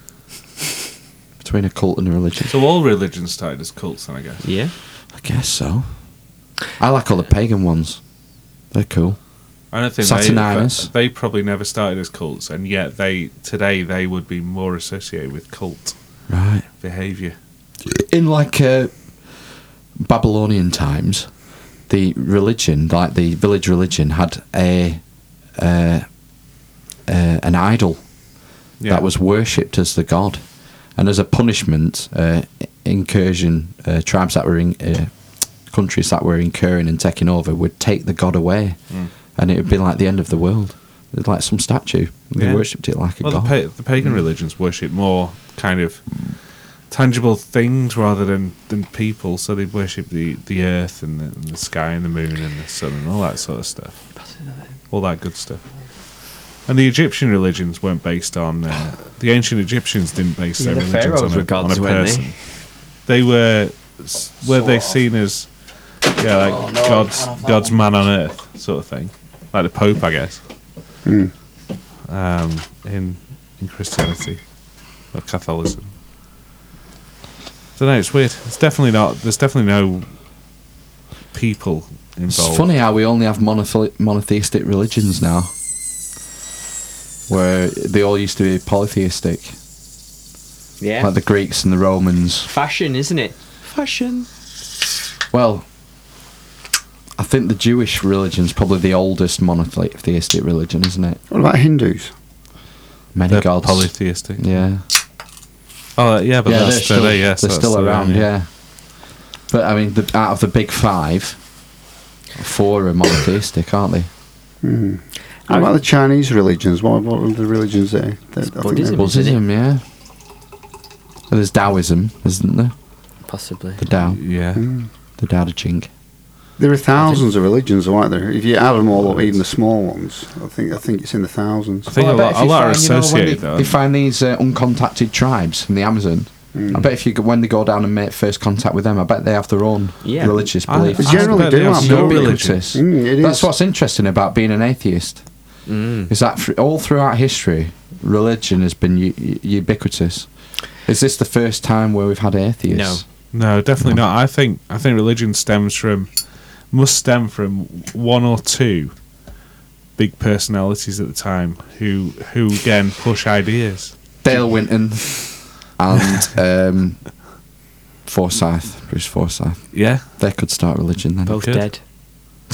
S2: between a cult and a religion.
S4: So all religions started as cults, then I guess.
S1: yeah.
S2: I guess so. I like all the pagan ones. They're cool.
S4: I don't think
S2: Saturninus.
S4: They, they probably never started as cults, and yet they today they would be more associated with cult
S2: Right.
S4: behavior.
S2: In like uh, Babylonian times, the religion, like the village religion, had a uh, uh, an idol
S4: Yeah.
S2: that was worshipped as the god, and as a punishment, uh, incursion uh, tribes that were in uh, countries that were incurring and taking over would take the god away,
S4: Hmm.
S2: and it would be like the end of the world. It's like some statue. They
S4: Yeah.
S2: worshipped it like a
S4: well, the,
S2: god.
S4: pa- the pagan
S1: Hmm.
S4: religions worship more kind of tangible things rather than, than people. So they worship the, the earth and the, and the sky and the moon and the sun and all that sort of stuff. All that good stuff. And the Egyptian religions weren't based on uh, the ancient Egyptians didn't base
S1: Yeah,
S4: their
S1: the
S4: religions
S1: pharaohs
S4: on a,
S1: were gods,
S4: on a
S1: weren't
S4: person. They, were s- were they seen as yeah like
S1: Oh,
S4: God's God's man on earth sort of thing, like the Pope, I guess um, in in Christianity or Catholicism. don't know. It's weird. It's definitely not. There's definitely no people
S2: It's
S4: involved.
S2: funny how we only have monothe- monotheistic religions now, where they all used to be polytheistic,
S1: Yeah.
S2: like the Greeks and the Romans.
S1: Fashion, isn't it? Fashion.
S2: Well, I think the Jewish religion's probably the oldest monotheistic religion, isn't it?
S3: What about Hindus?
S2: Many
S4: They're
S2: gods.
S4: polytheistic.
S2: yeah,
S4: Oh yeah, but
S2: yeah, they're
S4: that's still,
S2: still,
S4: there, yes,
S2: they're
S4: that's
S2: still
S4: there,
S2: around. yeah. but I mean, the, out of the big five, four are monotheistic, aren't they?
S3: What about the Chinese religions? What, what are the religions there? That- I think
S1: Buddhism.
S3: they're-
S2: Buddhism, yeah. Well, there's Taoism, isn't there?
S1: Possibly.
S2: The Tao,
S4: Yeah.
S2: the Tao Te Ching.
S3: There are thousands of religions, aren't there? If you add them all up, even the small ones, I think I think it's in the thousands.
S4: I think
S2: Well,
S4: a
S2: I bet
S4: lot,
S2: if
S4: a
S2: you
S4: lot are
S2: find, you know, when
S4: associated
S2: they,
S4: though.
S2: they find these uh, uncontacted tribes in the Amazon. I bet if you go, when they go down and make first contact with them, I bet they have their own
S1: Yeah.
S2: religious
S4: I-
S2: beliefs.
S4: I
S3: Generally
S4: bet they
S3: do,
S4: have
S3: I'm
S4: no
S3: sure.
S4: religion.
S2: Nobilities.
S3: Mm, it
S2: That's
S3: is.
S2: what's interesting about being an atheist.
S1: Mm.
S2: Is that thr- all throughout history, religion has been u- u- ubiquitous. Is this the first time where we've had atheists?
S4: No, definitely not. I think I think religion stems from must stem from one or two big personalities at the time who who again push ideas.
S2: Dale Winton and um, Forsyth, Bruce Forsyth.
S4: Yeah.
S2: They could start religion then.
S1: Both dead.
S4: Good.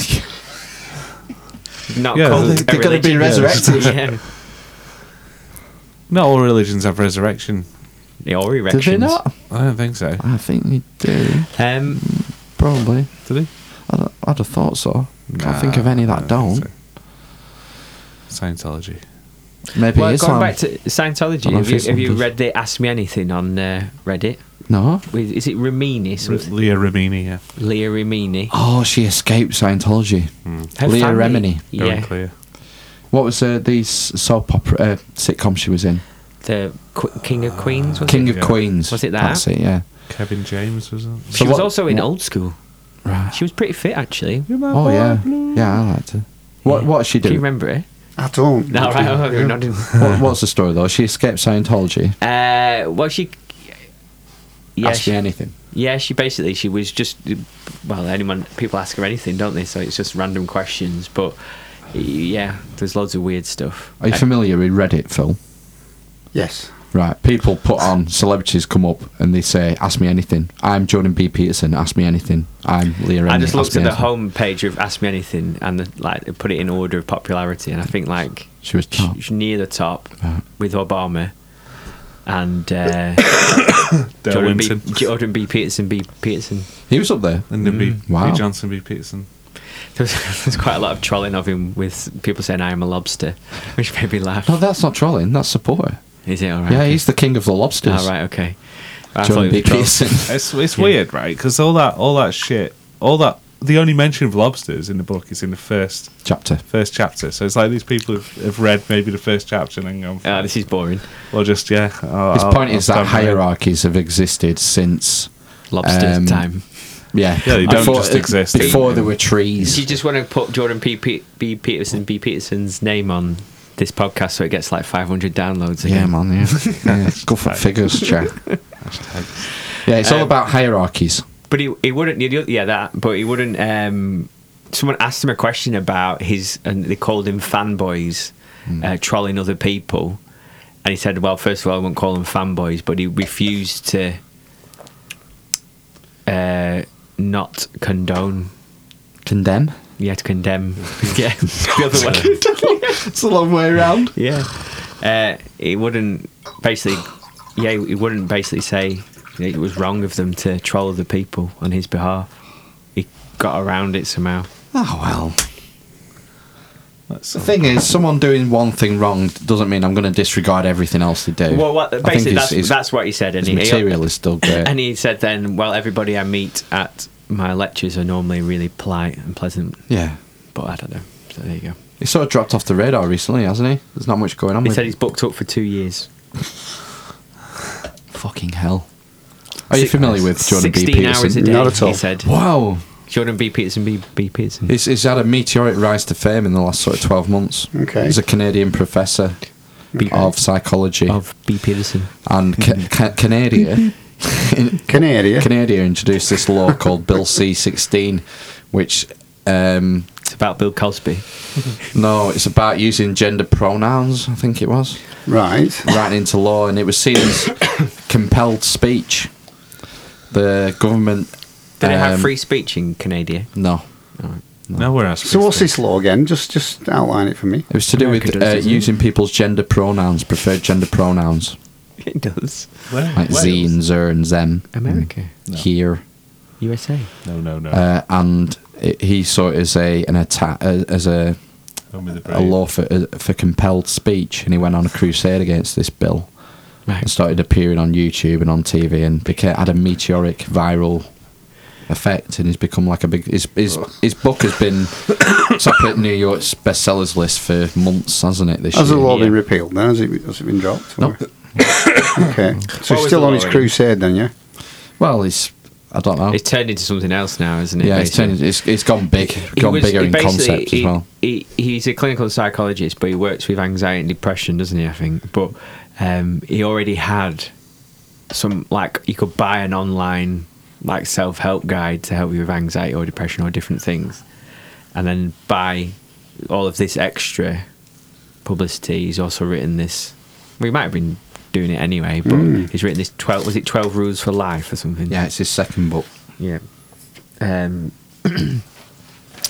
S1: Not
S4: Yeah,
S1: cult,
S4: they-
S1: a
S2: they're gonna be
S1: religion.
S2: resurrected.
S1: yeah.
S4: Not all religions have resurrection.
S1: They are
S2: Did
S1: erections.
S2: they not?
S4: I don't think so.
S2: I think they do.
S1: Um,
S2: Probably.
S4: Do they?
S2: I'd, I'd have thought so. Can't
S4: Nah,
S2: think of any
S4: I
S2: that
S4: don't
S2: don't.
S4: think so. Scientology.
S2: Maybe
S1: well,
S2: Islam.
S1: going back to Scientology,
S2: I don't
S1: have you,
S2: think
S1: have you
S2: Islam does.
S1: read the Ask Me Anything on uh, Reddit?
S2: no.
S1: With, is it Ramini? Something?
S4: Leah Remini, yeah.
S1: Leah Ramini.
S2: Oh, she escaped Scientology.
S4: Hmm.
S1: Her
S2: Leah
S1: family-
S2: Remini.
S1: Yeah.
S4: Clear.
S2: What was uh, the s- soap opera uh, sitcom she was in?
S1: The Qu- King of Queens, was
S2: King
S1: it?
S2: of
S4: yeah.
S2: Queens.
S1: Was it that?
S2: That's it. Yeah.
S4: Kevin James, was it?
S1: She was
S2: what-
S1: also in
S2: what-
S1: Old School.
S2: Right.
S1: She was pretty fit, actually. Do
S2: Oh yeah. Yeah, I liked her. What What she
S1: you
S2: did?
S1: remember it?
S3: At all.
S1: No, right. oh, you're nodding.
S2: What, what's the story though? She escaped Scientology.
S1: Uh, well, she. Yeah,
S2: Ask
S1: she,
S2: me anything.
S1: yeah, she basically she was just well, anyone people ask her anything, don't they? So it's just random questions, but yeah, there's loads of weird stuff.
S2: Are you
S1: Uh,
S2: familiar with Reddit, Phil?
S3: Yes.
S2: Right. People put on celebrities come up and they say, "Ask me anything." I'm Jordan B. Peterson. Ask me anything. I'm Leah.
S1: I
S2: Remini,
S1: just
S2: ask
S1: looked
S2: me
S1: at the
S2: anything."
S1: home page of Ask Me Anything and the, like they put it in order of popularity, and I think like
S2: She was top.
S1: she's near the top
S2: Oh. Right.
S1: with Obama and uh,
S4: Dale
S1: Jordan, B,
S4: Winton.
S1: Jordan B. Peterson B. Peterson.
S2: He was up there.
S4: and then B,
S2: Wow.
S4: B. Johnson, B. Peterson.
S1: There's, there's quite a lot of trolling of him with people saying I am a lobster, which made me laugh.
S2: No, that's not trolling. That's support.
S1: Is it all right?
S2: Oh, Yeah, he's the king of the lobsters.
S1: All Ah, right, okay. I thought
S2: Jordan
S1: it was
S2: B.
S1: troll.
S2: Peterson.
S4: It's it's weird, right? Because all that all that shit, all that the only mention of lobsters in the book is in the first
S2: Chapter.
S4: first chapter. So it's like these people have, have read maybe the first chapter and then gone,
S1: Oh, this is boring.
S4: well, just yeah. I'll-
S2: His
S1: Oh,
S4: I'll-
S2: point
S4: I'll
S2: is that
S4: stand by it.
S2: hierarchies have existed since.
S1: Lobster
S2: Um,
S1: time.
S2: Yeah,
S4: Yeah, they don't just exist.
S2: Before
S4: They-
S2: there were trees.
S1: Do you just want to put Jordan P. P- B. Peterson B. Peterson's name on this podcast so it gets like 500 downloads
S2: yeah,
S1: again?
S2: man. Yeah, yeah. go for figures, chat. yeah, it's all about hierarchies.
S1: But he, he wouldn't. you'd- Yeah, that. But he wouldn't. Um, someone asked him a question about his, and they called him fanboys, uh, trolling other people. And he said, well, first of all, I wouldn't call them fanboys, but he refused to uh, not condone,
S2: Condemn.
S1: yeah, to condemn. yeah, the other way.
S2: It's a long way around.
S1: Yeah. Uh, it wouldn't basically, yeah, it wouldn't basically say it was wrong of them to troll other people on his behalf. He got around it somehow.
S2: Oh well.
S4: That's
S2: The thing is, someone doing one thing wrong doesn't mean I'm going to disregard everything else they do.
S1: Well, what,
S2: I think
S1: basically,
S2: his-
S1: that's,
S2: his-
S1: that's what he said. And
S2: his
S1: he,
S2: material is still great.
S1: and he said then, well, everybody I meet at my lectures are normally really polite and pleasant,
S2: yeah,
S1: but I don't know. So there you go.
S2: he sort of dropped off the radar recently, hasn't he? There's not much going on.
S1: He
S2: with
S1: said he's booked up for two years.
S2: fucking hell. Are you
S1: Six-
S2: familiar with Jordan B.
S1: 16 hours a
S2: Peterson?
S1: day,
S3: Not at all.
S1: he said.
S2: Wow,
S1: Jordan B. Peterson, B. B. Peterson.
S2: he's, he's had a meteoric rise to fame in the last sort of twelve months.
S3: Okay.
S2: he's a Canadian professor of psychology
S1: of Mm-hmm. B. Peterson.
S2: and ca- ca- Canada. in-
S3: Canada.
S2: Canada introduced this law called Bill C16, which um,
S1: It's about Bill Cosby.
S2: no, it's about using gender pronouns. I think it was
S3: right.
S2: right into law, and it was seen as compelled speech. The government
S1: Did it have
S2: um,
S1: free speech in Canada?
S2: No,
S4: no, we're asking.
S3: So what's this law again? Just just outline it for me.
S2: it was to do
S1: America
S2: with
S1: does
S2: uh,
S1: this, doesn't
S2: using people's gender pronouns, preferred gender pronouns,
S1: It does.
S4: Where-
S2: like
S4: Wales?
S2: ze and zer and them.
S1: America.
S4: No.
S2: here.
S1: USA.
S4: No, no, no.
S2: Uh, and it, he saw it as a an attack as a
S4: Only the
S2: a
S4: brave.
S2: law for uh, for compelled speech, and he went on a crusade against this bill
S1: Right.
S2: and started appearing on YouTube and on TV, and became, had a meteoric viral effect, and he's become like a big his his, his book has been top of New York's bestsellers list for months, hasn't it? This
S3: Has the
S2: year,
S3: law
S1: yeah.
S3: been repealed then? Has it, has it been dropped?
S2: No.
S3: okay. So
S1: was
S3: he's still
S1: the
S3: on
S1: law
S3: his
S1: again?
S3: crusade then, yeah?
S2: well, it's I don't know.
S1: It's turned into something else now, isn't it?
S2: yeah, it's,
S1: basically?
S2: turned, it's it's gone big,
S1: He
S2: gone
S1: was-
S2: bigger
S1: he
S2: in
S1: basically-
S2: concept as
S1: he-
S2: well.
S1: He, he's a clinical psychologist, but he works with anxiety and depression, doesn't he? I think. But um, he already had some, like, you could buy an online, like, self help guide to help you with anxiety or depression or different things. And then buy all of this extra publicity. He's also written this. We might have been doing it anyway, but
S2: Hmm.
S1: he's written this 12, was it 12 Rules for Life or something?
S2: Yeah, it's his second book.
S1: Yeah. Um,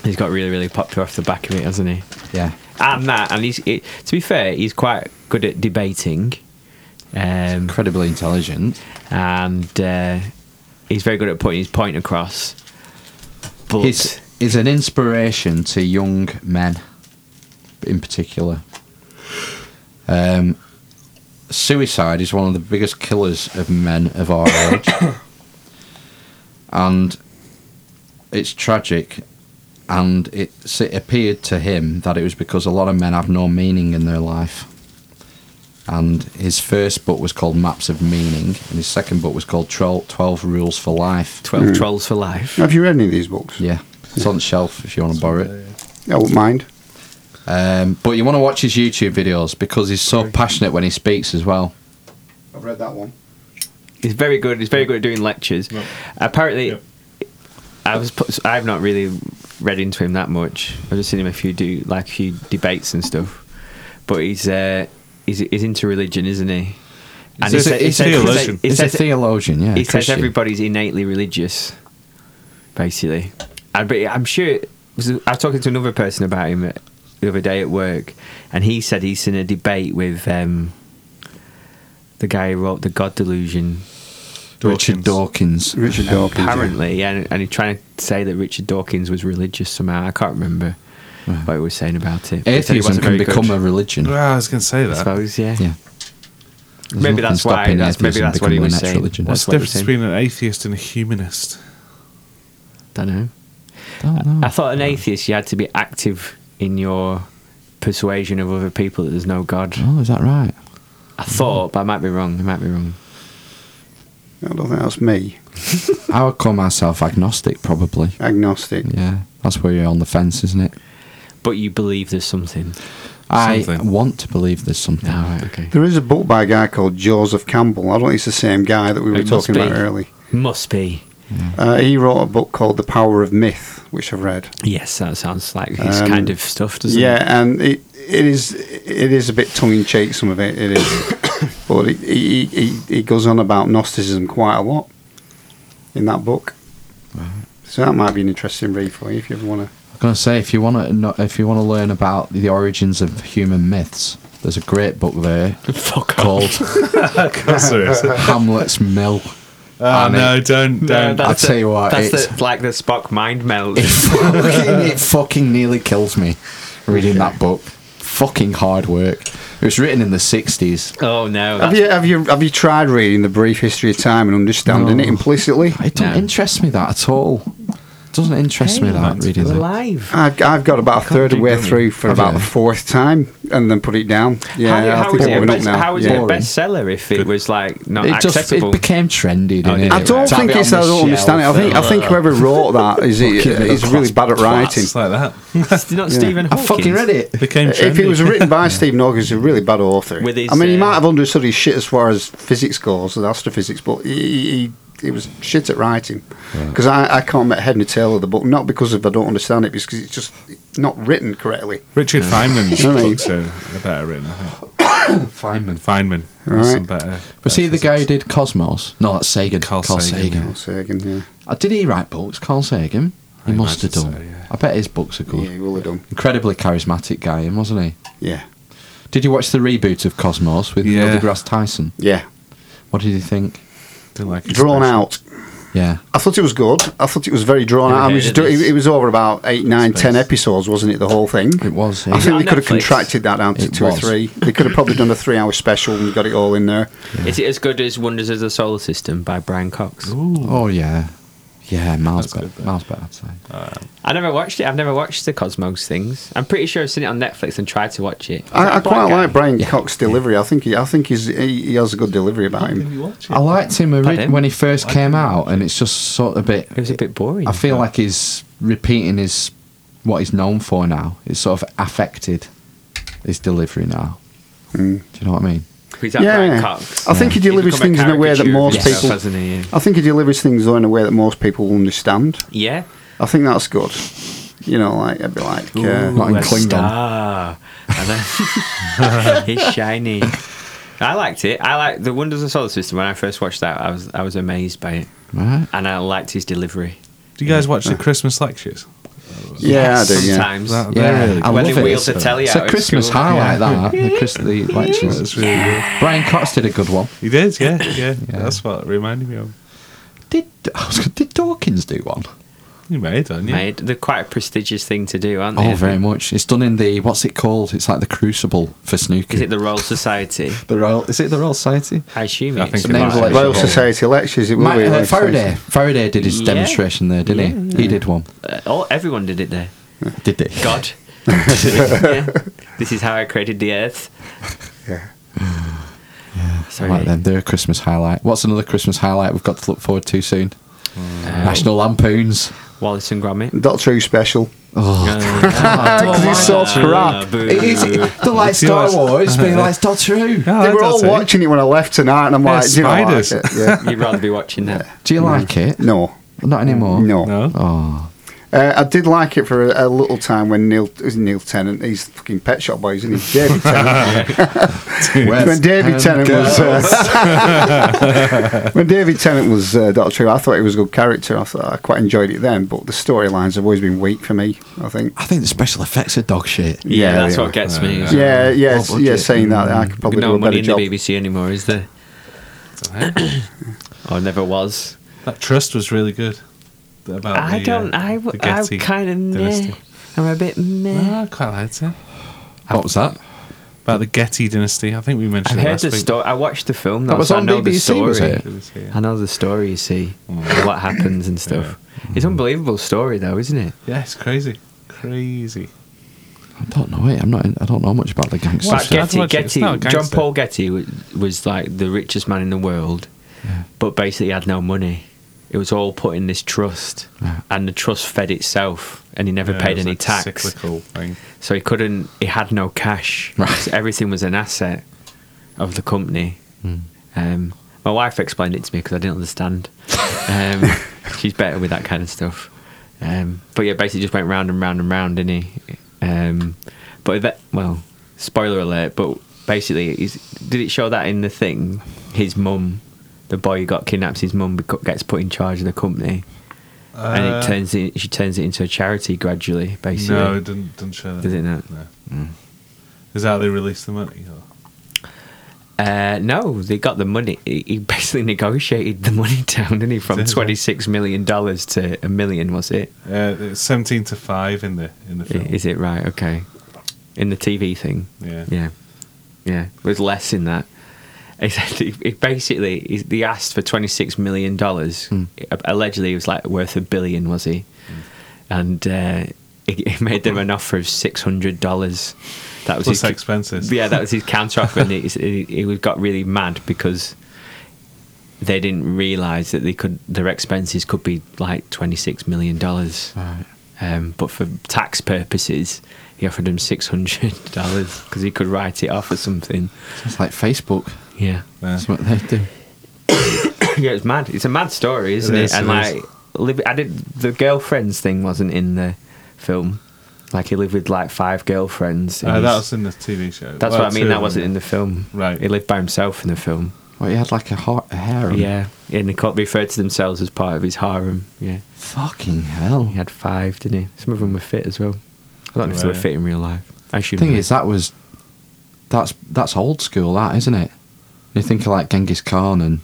S1: he's got really, really popular off the back of it, hasn't he?
S2: Yeah,
S1: And that, and he's it, to be fair, he's quite good at debating, um,
S2: incredibly intelligent.
S1: and uh, he's very good at putting his point across. But
S2: He's is an inspiration to young men, in particular. Um, suicide is one of the biggest killers of men of our age, and it's tragic. And it, it appeared to him that it was because a lot of men have no meaning in their life. And his first book was called Maps of Meaning, and his second book was called Trol- 12 Rules for Life.
S1: twelve trolls for life.
S3: Have you read any of these books?
S2: Yeah, it's on shelf if you want to borrow it.
S3: I wouldn't mind.
S2: Um, but you want to watch his YouTube videos because he's so passionate when he speaks as well.
S3: I've read that one.
S1: He's very good. He's very good at doing lectures. Apparently,
S4: Yeah.
S1: I was. put- I've not really read into him that much. I've just seen him a few do like a few debates and stuff. But he's uh, he's, he's into religion, isn't he? And
S4: He's
S1: he
S4: a-
S1: said- he
S4: he's a
S1: said- he said-
S4: theologian.
S1: he
S2: He's a
S1: said-
S2: theologian, yeah.
S1: he says
S2: Christian.
S1: everybody's innately religious, basically. And, but I'm sure was- I was talking to another person about him uh, the other day at work, and he said he's in a debate with um, the guy who wrote the God Delusion.
S2: Richard Dawkins.
S3: Richard Dawkins. yeah.
S1: Apparently, yeah, and, and he's trying to say that Richard Dawkins was religious somehow. I can't remember what he was saying about it. He said he
S2: Hmm. Atheism
S1: wasn't
S2: can
S1: very
S2: become
S1: good,
S2: a religion.
S4: Well, I was going to say
S1: I
S4: that.
S1: suppose, yeah.
S2: Yeah. There's
S1: Maybe
S2: nothing
S1: that's why-
S2: stopping
S1: that's- maybe
S2: atheism
S1: that's what he
S2: becoming a
S1: was
S2: natural
S1: saying.
S2: religion.
S1: That's
S4: What's the
S1: what we're
S4: difference
S1: saying.
S4: between an atheist and a humanist?
S1: Don't know.
S2: Don't know.
S1: I thought an atheist, you had to be active in your persuasion of other people that there's no God.
S2: Oh, is that right?
S1: I thought, but I might be wrong. I might be wrong.
S3: I don't think that's me.
S2: I would call myself agnostic, probably.
S3: Agnostic.
S2: Yeah, that's where you're on the fence, isn't it?
S1: But you believe there's something.
S2: I
S4: Something.
S2: want to believe there's something.
S1: All right, okay.
S3: There is a book by a guy called Joseph Campbell. I don't think it's the same guy that we were
S1: It must
S3: talking about
S1: be.
S3: earlier.
S1: Must be.
S3: Uh, he wrote a book called The Power of Myth. which I've read.
S1: Yes, that sounds like his
S3: Um,
S1: kind of stuff, doesn't
S3: yeah,
S1: it?
S3: and it it is it is a bit tongue in cheek. Some of it it is, but he he, he he goes on about Gnosticism quite a lot in that book. So that might be an interesting read for you if you ever want to.
S2: I'm gonna say if you want to if you want to learn about the origins of human myths, there's a great book there
S1: Fuck off.
S2: called
S3: Ah,
S4: Seriously.
S2: Hamlet's Mill.
S4: Oh,
S2: And
S4: no,
S2: it-
S4: don't,
S1: No,
S4: don't. Ah,
S2: that-
S1: Um, that's
S2: I'll tell
S1: it.
S2: you what,
S1: That's
S2: it's-
S1: the, like the Spock mind meld.
S2: It fucking, it fucking nearly kills me reading that book. Fucking hard work. It was written in the 60s.
S1: oh no!
S3: Have
S1: that's-
S3: you have you have you tried reading the brief history of time and understanding it
S2: No.
S3: implicitly?
S2: It doesn't
S1: No.
S2: interest me that at all. doesn't interest me
S1: Hey,
S2: that
S1: that's
S2: reading that.
S1: alive.
S3: I've, I've got about a
S1: can't
S3: third of
S1: do
S3: the way
S1: that.
S3: through for
S2: Have
S3: about
S2: you?
S3: the fourth time and then put it down. Yeah,
S1: how,
S3: I
S1: how
S3: think
S1: is
S3: it's
S1: it a
S3: going up
S1: best,
S3: now.
S1: how is
S3: yeah.
S1: it a bestseller if it was like not
S2: It just
S1: accessible?
S2: it became trendy, didn't
S1: did it?
S2: it?
S3: I don't
S2: To have
S3: think
S2: it
S3: it's.
S2: on
S3: I
S2: the
S3: don't
S2: shelf
S3: understand it. I think I
S2: and-
S3: think whoever wrote that is it
S2: Fucking
S3: is really
S2: middle-class
S3: bad at writing.
S4: It's like that.
S1: It's not
S3: Yeah.
S1: Stephen
S2: I
S1: Hawking.
S2: fucking read it.
S4: Became trendy.
S3: If it was written by Stephen Hawking, he's a really bad author.
S1: With his,
S3: I mean, he
S1: uh,
S3: might have understood his shit as far as physics goes and astrophysics, but he, he, he- he was shit at writing. Because I, I can't make head and tail of the book, not because of I don't understand it, because it's just not written correctly.
S4: Richard Feynman's
S3: No, no, you-
S4: books are, are better written, I think.
S2: Feynman.
S4: Feynman.
S3: Right.
S4: Some better,
S2: Was he
S4: better
S2: the guy who
S4: physics.
S2: did Cosmos? No, that's Sagan.
S4: Carl
S2: Carl,
S4: Sagan,
S2: Sagan.
S3: Carl Sagan, yeah.
S2: Uh, did he write books? Carl Sagan. He
S4: I
S2: must have
S4: imagine
S2: done.
S4: so, yeah.
S2: I bet his books are good.
S3: Yeah, he will have done.
S2: Incredibly charismatic guy, him wasn't he?
S3: Yeah.
S2: Did you watch the reboot of Cosmos with
S4: Yeah.
S2: Neil deGrasse Tyson?
S3: Yeah.
S2: What did you think?
S4: Didn't like his
S3: Drawn
S4: special.
S3: out.
S2: Yeah.
S3: I thought it was good. I thought it was very drawn out. I mean, it, was,
S1: Never heard of
S3: do-
S1: this.
S3: it was over about eight, nine, ten episodes, wasn't it? The whole thing.
S2: It was, yeah.
S3: I
S1: it
S2: Is
S3: think
S1: on
S3: they could have
S1: Netflix?
S3: contracted that down to
S2: It
S3: two
S2: was.
S3: or three. They could have probably done a three-hour special and got it all in there.
S1: Is it as good as Wonders of the Solar System by Brian Cox?
S4: Ooh.
S2: Oh yeah. Yeah, miles
S4: That's
S2: better.
S4: good, though.
S2: miles better, I'd say.
S1: I never watched it. I've never watched the Cosmos things. I'm pretty sure I've seen it on Netflix and tried to watch it. Is that
S3: I, I
S1: a black
S3: quite
S1: guy?
S3: like Brian
S2: Yeah.
S3: Cox's delivery. I think he, I think he's, he, he has a good delivery about him.
S2: I liked him ori-
S1: Pardon?
S2: when he first came out, and it's just sort of a bit.
S1: It was a bit boring.
S2: I feel like he's repeating his what he's known for now. It's sort of affected his delivery now.
S4: Hmm.
S2: Do you know what I mean?
S1: Who's that
S3: Yeah.
S1: Brian Cox?
S3: I think he
S1: He's
S3: delivers
S1: become
S3: things in a way that
S1: caricature of
S3: most
S1: himself,
S3: people-
S1: hasn't he?
S3: I think he delivers things though in a way that most people will understand.
S1: Yeah.
S3: I think that's good. You know, like I'd be like, uh,
S2: Not in
S1: a
S2: Klingon.
S1: star. And then- it's shiny. I liked it. I like the Wonders of the Solar System. When I first watched that, I was I was amazed by it,
S2: Right?
S1: and I liked his delivery.
S4: Do you guys watch the Christmas lectures?
S3: yeah, I do. Yeah.
S1: Sometimes,
S4: That-
S2: Yeah,
S4: They're really
S2: I
S1: When
S2: love
S1: they
S2: it.
S1: wheel
S2: It's
S1: the telly
S2: it's
S1: out
S2: a
S1: at
S2: Christmas
S1: school.
S2: highlight that. The Christmas the lectures.
S4: That's really good.
S2: Brian Cox did a good one.
S4: He did, yeah, yeah. That's what it reminded me of.
S2: Did I was, gonna- did Dawkins do one?
S4: You may have done, yeah.
S1: Mate, they're quite a prestigious thing to do, aren't they?
S2: Oh, very much. It's done in the what's it called? It's like the Crucible for snooker.
S1: Is it the Royal Society?
S2: the Royal? Is it the Royal Society?
S1: I assume
S4: I
S1: it's.
S4: think
S1: the
S4: it
S1: Royal
S2: might be.
S1: Society.
S3: Royal Society lectures. It will
S2: Ma-
S3: be
S2: uh,
S3: Royal
S2: Faraday.
S3: Society.
S2: Faraday did his
S1: Yeah.
S2: demonstration there, didn't he? He did one.
S1: Uh, all, everyone did it there.
S2: Did he?
S1: God. Yeah. This is how I created the Earth.
S3: Yeah.
S1: Sorry.
S2: Right then, they're a Christmas highlight. What's another Christmas highlight we've got to look forward to soon?
S1: Uh,
S2: National Lampoons.
S1: Wallace and Gromit. Uh,
S3: Doctor Who special.
S2: Oh,
S3: Because it's so
S2: it
S3: crap.
S2: is. They're like
S4: See, I
S2: Star
S4: was-
S2: Wars, but like Doctor Who.
S4: Oh,
S3: they were
S4: that's
S3: all
S4: it.
S3: watching it when I left tonight, and I'm
S4: Yeah,
S3: like, do you know what?
S4: spiders.
S3: Yeah.
S1: You'd rather be watching that.
S2: Do you like it?
S3: No,
S2: Not anymore.
S3: no.
S4: No?
S2: Oh,
S3: Uh, I did like it for a, a little time when Neil is Neil Tennant. He's fucking Pet Shop Boys, isn't he? David Tennant. when
S2: West
S3: David
S2: End
S3: Tennant
S2: Girls.
S3: was uh, when David Tennant was uh, Doctor Who, I thought he was a good character. I thought I quite enjoyed it then, but the storylines have always been weak for me. I think.
S2: I think the special effects are dog shit.
S1: Yeah, that's
S3: yeah.
S1: what gets me. is
S3: Yeah, yeah,
S2: Well,
S3: yeah.
S2: budget.
S3: Saying that, I could probably do
S1: no
S3: a better
S1: money in
S3: job.
S1: the BBC anymore, is there? or never was.
S4: That trust was really good. About
S1: I
S4: the,
S1: don't.
S4: uh,
S1: I,
S4: the
S1: w- I
S4: Getty
S1: kind of meh.
S4: dynasty.
S1: I'm a bit meh.
S4: No, I quite liked it.
S2: What was that?
S4: About the Getty dynasty. I think we
S1: I
S4: mentioned it
S1: heard
S4: last
S1: the
S4: week.
S1: story. I watched the film.
S2: That
S1: though,
S2: was
S1: so I
S2: on
S1: know the
S2: BBC,
S1: story.
S2: was it?
S4: It was here.
S1: I know the story. You see what happens and stuff. Mm. It's unbelievable story though, isn't it?
S4: Yeah, it's crazy. Crazy.
S2: I don't know it. I'm not. In, I don't know much about the gangster.
S1: But
S4: Watch it. I'd
S1: Getty,
S4: watch it. It's
S1: Getty,
S4: not a
S1: John
S4: gangster.
S1: Paul Getty was, was like the richest man in the world, but basically had no money. It was all put in this trust,
S2: Yeah.
S1: and the trust fed itself, and he never
S4: Yeah, it
S1: paid
S4: was
S1: any
S4: like a
S1: tax.
S4: Cyclical thing.
S1: So he couldn't. He had no cash.
S2: Right.
S1: So everything was an asset of the company. Um, my wife explained it to me because I didn't understand. Um, she's better with that kind of stuff. Um, but yeah, basically just went round and round and round, didn't he? Um, but that, well, spoiler alert. But basically, is, did it show that in the thing? His mum, the boy who got kidnapped, his mum beco- gets put in charge of the company, and
S4: Uh,
S1: it turns it. She turns it into a charity gradually. Basically,
S4: No, it didn't, didn't show that.
S1: Did it not? Hmm.
S4: No. Is that how they released the money? Or?
S1: Uh, no, they got the money. He he basically negotiated the money down, didn't he? From
S4: Did he?
S1: twenty six million dollars to a million, was it?
S4: Uh, it's 17 to 5 in the in the
S1: I-
S4: film.
S1: Is it right? Okay. In the TV thing.
S4: Yeah.
S1: Yeah. Yeah. There's less in that. He said he- he basically he- he asked for twenty six million dollars. Allegedly, it was like worth a billion, was he? And uh, he, he made them an offer of six hundred dollars. That was
S4: Plus
S1: his,
S4: expenses.
S1: Yeah, that was his counter offer, and he, he, he got really mad because they didn't realise that they could their expenses could be like twenty six million dollars.
S2: Right.
S1: Um, but for tax purposes, he offered him six hundred dollars because he could write it off or something.
S2: It's like Facebook.
S1: Yeah,
S4: Yeah.
S2: That's what they do.
S1: yeah, it's mad. It's a mad story, isn't
S4: It
S1: it?
S4: is,
S1: and
S4: it is.
S1: like, live, I did the girlfriends thing wasn't in the film. Like he lived with like five girlfriends. in
S4: Uh,
S1: his-
S4: that was in the TV show.
S1: that's
S4: Well,
S1: what I mean.
S4: two
S1: That
S4: of
S1: wasn't
S4: them.
S1: in the film.
S4: Right.
S1: He lived by himself in the film.
S2: Well, he had like a, har- a harem.
S1: Yeah, and they co- referred to themselves as part of his harem. Yeah,
S2: Fucking hell.
S1: he had five, didn't he? Some of them were fit as well. I don't know if they were
S4: Right.
S1: fit in real life. I should.
S2: thing is, that was that's that's old school, that isn't it? You think of like Genghis Khan and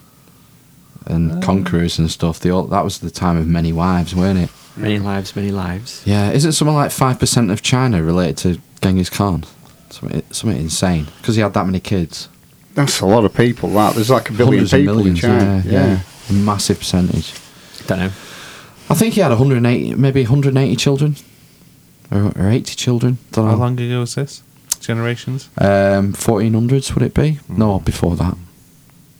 S2: and conquerors and stuff. They all that was the time of many wives, weren't it?
S1: many lives, many lives.
S2: Yeah, isn't something like five percent of China related to Genghis Khan? Something, something insane because he had that many kids.
S3: That's a lot of people. That there's like a billion
S2: Hundreds of
S3: people in
S2: millions.
S3: China.
S2: yeah, yeah, A massive percentage.
S1: Don't know.
S2: I think he had 180, maybe 180 children, or, or 80 children. Don't know.
S4: How long ago was this? Generations?
S2: Um, 1400s would it be? No, before that.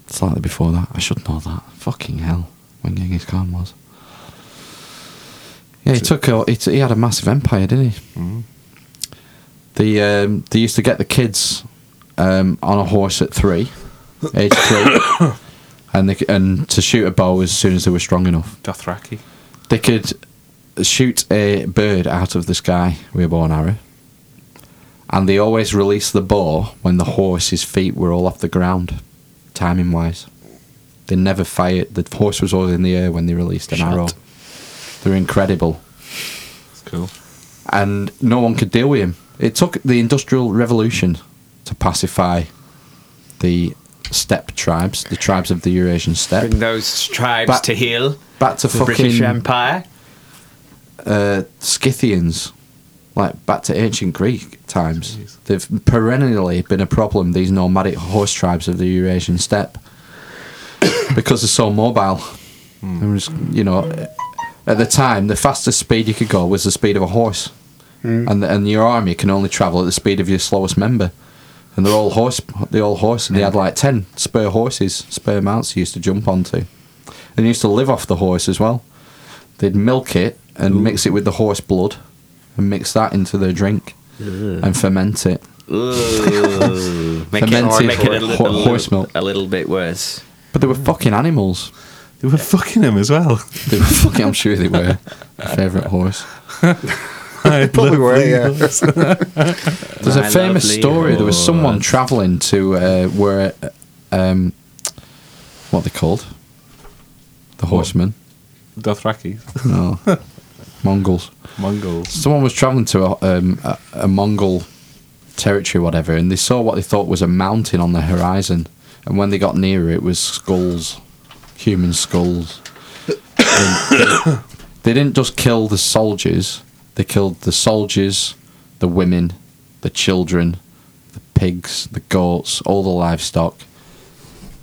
S2: Slightly before that. I should know that. Fucking hell. When Genghis Khan was. Yeah, he took. A, he, t- he had a massive empire, didn't he?
S4: Mm.
S2: The um, they used to get the kids um, on a horse at three, age three, and they, c- and to shoot a bow as soon as they were strong enough.
S4: Dothraki.
S2: They could shoot a bird out of the sky with a bow and arrow. And they always release the bow when the horse's feet were all off the ground, timing wise. They never fired. The horse was always in the air when they released an
S1: Shut.
S2: arrow. They're incredible.
S4: It's cool.
S2: And no one could deal with him. It took the Industrial Revolution to pacify the steppe tribes, the tribes of the Eurasian
S4: Uh,
S2: steppe.
S1: Bring those tribes
S2: Back-
S1: to heel.
S2: Back to
S1: The British
S2: fucking
S1: Empire.
S2: uh, Scythians, like back to ancient Greek times.
S4: Jeez.
S2: They've perennially been a problem, these nomadic horse tribes of the Eurasian steppe, because they're so mobile. There was, you know, at the time, the fastest speed you could go was the speed of a horse. And, and your army can only travel at the speed of your slowest member. And they're all horse, they all horse, and they had like 10 spur horses, spur mounts they used to jump onto. And they used to live off the horse as well. They'd milk it and mix it with the horse blood and mix that into their drink and ferment it.
S1: Ooh. make it,
S2: Fermented
S1: make it a, little,
S2: ho-
S1: a little-
S2: horse milk.
S1: a little bit worse.
S2: But they were fucking animals.
S4: They were fucking him as well.
S2: They were fucking, I'm sure they were. Favourite horse.
S4: I
S3: Probably
S4: love
S3: were,
S4: these.
S3: yeah.
S2: There's a
S1: My
S2: famous
S1: lovely
S2: story. There was someone
S1: horse.
S2: travelling to uh, where, uh, um, what are they called? The horsemen.
S4: Dothraki.
S2: No. Mongols.
S4: Mongols.
S2: Someone was travelling to a, um, a, a Mongol territory, whatever, and they saw what they thought was a mountain on the horizon. And when they got nearer, it was skulls, human skulls. And they, they didn't just kill the soldiers; they killed the soldiers, the women, the children, the pigs, the goats, all the livestock,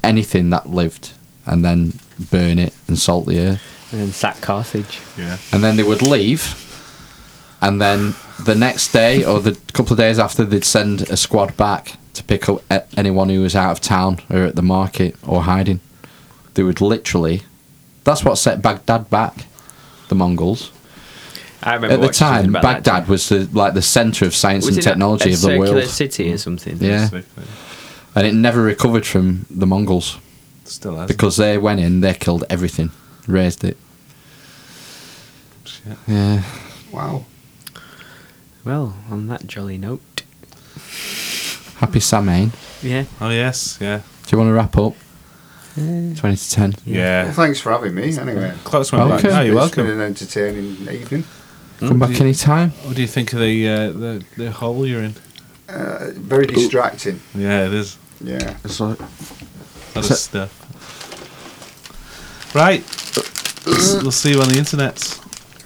S2: anything that lived, and then burn it and salt the earth
S1: And then sack Carthage.
S4: Yeah.
S2: and then they would leave and then the next day or the couple of days after they'd send a squad back to pick up a- anyone who was out of town or at the market or hiding they would literally that's what set baghdad back the mongols
S1: I remember
S2: at the
S1: watching something
S2: time
S1: about that
S2: baghdad
S1: too.
S2: was the, like the center of science
S1: Was
S2: and
S1: it a-
S2: technology
S1: a
S2: of the
S1: circular
S2: world
S1: city or something.
S2: yeah and it never recovered from the mongols
S4: Still has.
S2: because they went in they killed everything raised it
S4: Shit.
S2: Yeah.
S3: Wow.
S1: Well, on that jolly note,
S2: Happy Samhain.
S1: yeah.
S4: Oh yes, yeah,
S2: Do you want to wrap up?
S1: Uh,
S2: 20 to 10.
S3: Well,
S4: yeah.
S3: thanks for having me. Anyway,
S4: Clocks went
S2: Okay.
S4: back. Oh, you're
S3: It's
S4: welcome.
S3: been an entertaining evening.
S2: Come back any time.
S4: What do you think of the uh, the the hole you're in?
S3: Uh, very distracting.
S4: Yeah, it is.
S3: Yeah.
S2: So,
S4: That
S2: So-
S4: is stuff. Right. S- we'll see you on the internet.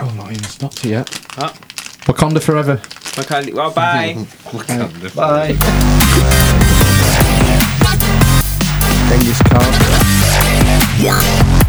S2: oh, not even stopped it yet.
S1: Ah.
S2: Wakanda forever.
S1: okay, well, bye.
S4: Bye.
S2: Genghis Khan.